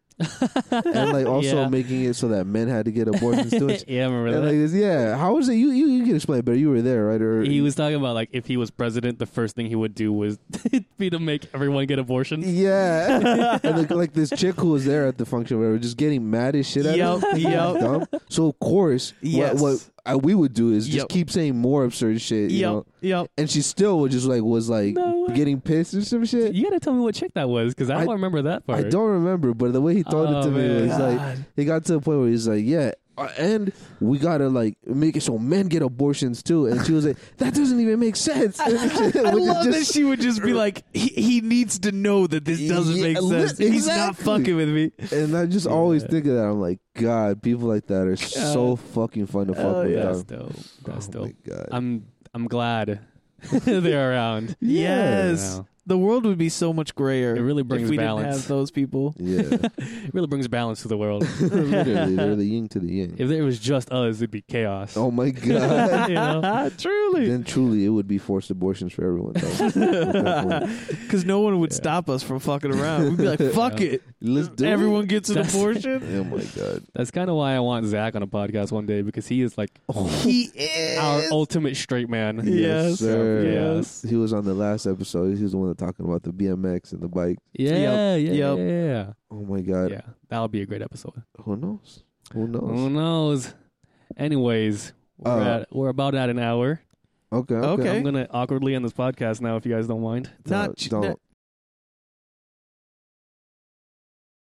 and like also Yeah. making it so that men had to get abortions too. And yeah, I remember that. like this, yeah, how was it? You you you can explain it better. You were there, right? Or He was talking about like if he was president, the first thing he would do was be to make everyone get abortion. Yeah, and like, like this chick who was there at the function, whatever, just getting mad as shit at Yup, him. yup. Dumb. So of course, Yes. what, what I, we would do is just Yup. keep saying more absurd shit, you Yep. know. Yep. And she still was just like was like No way. getting pissed or some shit. You gotta tell me what chick that was because I, I- don't remember that part. I don't remember, but the way he told it Oh, to me man. was like God. he got to the point where he's like, yeah. uh, And we gotta like make it so men get abortions too, and she was like, "That doesn't even make sense." I, I love that she would just be like, he, he needs to know that this doesn't Yeah, make li- sense. He's not exactly. fucking with me. And I just always Yeah. think of that. I'm like, God, people like that are so fucking fun to fuck Hell with. yeah. dog. That's dope. Oh, That's oh dope. My God. I'm I'm glad they're around. Yes. Yeah. The world would be so much grayer. It really brings if we didn't balance. have those people. yeah. It really brings balance to the world. Literally, they're the yin to the yang. if it was just us, it'd be chaos. Oh my God. You know? Truly. then truly, it would be forced abortions for everyone. dog. At that point. Because no one would stop us from fucking around. We'd be like, fuck Yeah. it. Let's do Everyone gets an That's- It. abortion. Oh my God. That's kind of why I want Zach on a podcast one day because he is like he is. our ultimate straight man. Yes, sir. yes. He was on the last episode. He was the one that talking about the BMX and the bike. Yeah, Yep. yeah, Yep. yeah, Oh my yeah. God. Yeah, that'll be a great episode. Who knows? Who Who knows? knows? Anyways, we're, Uh, at, we're about at an hour. Okay. Okay. I'm gonna awkwardly end this podcast now if you guys don't mind. Don't- Not- don't.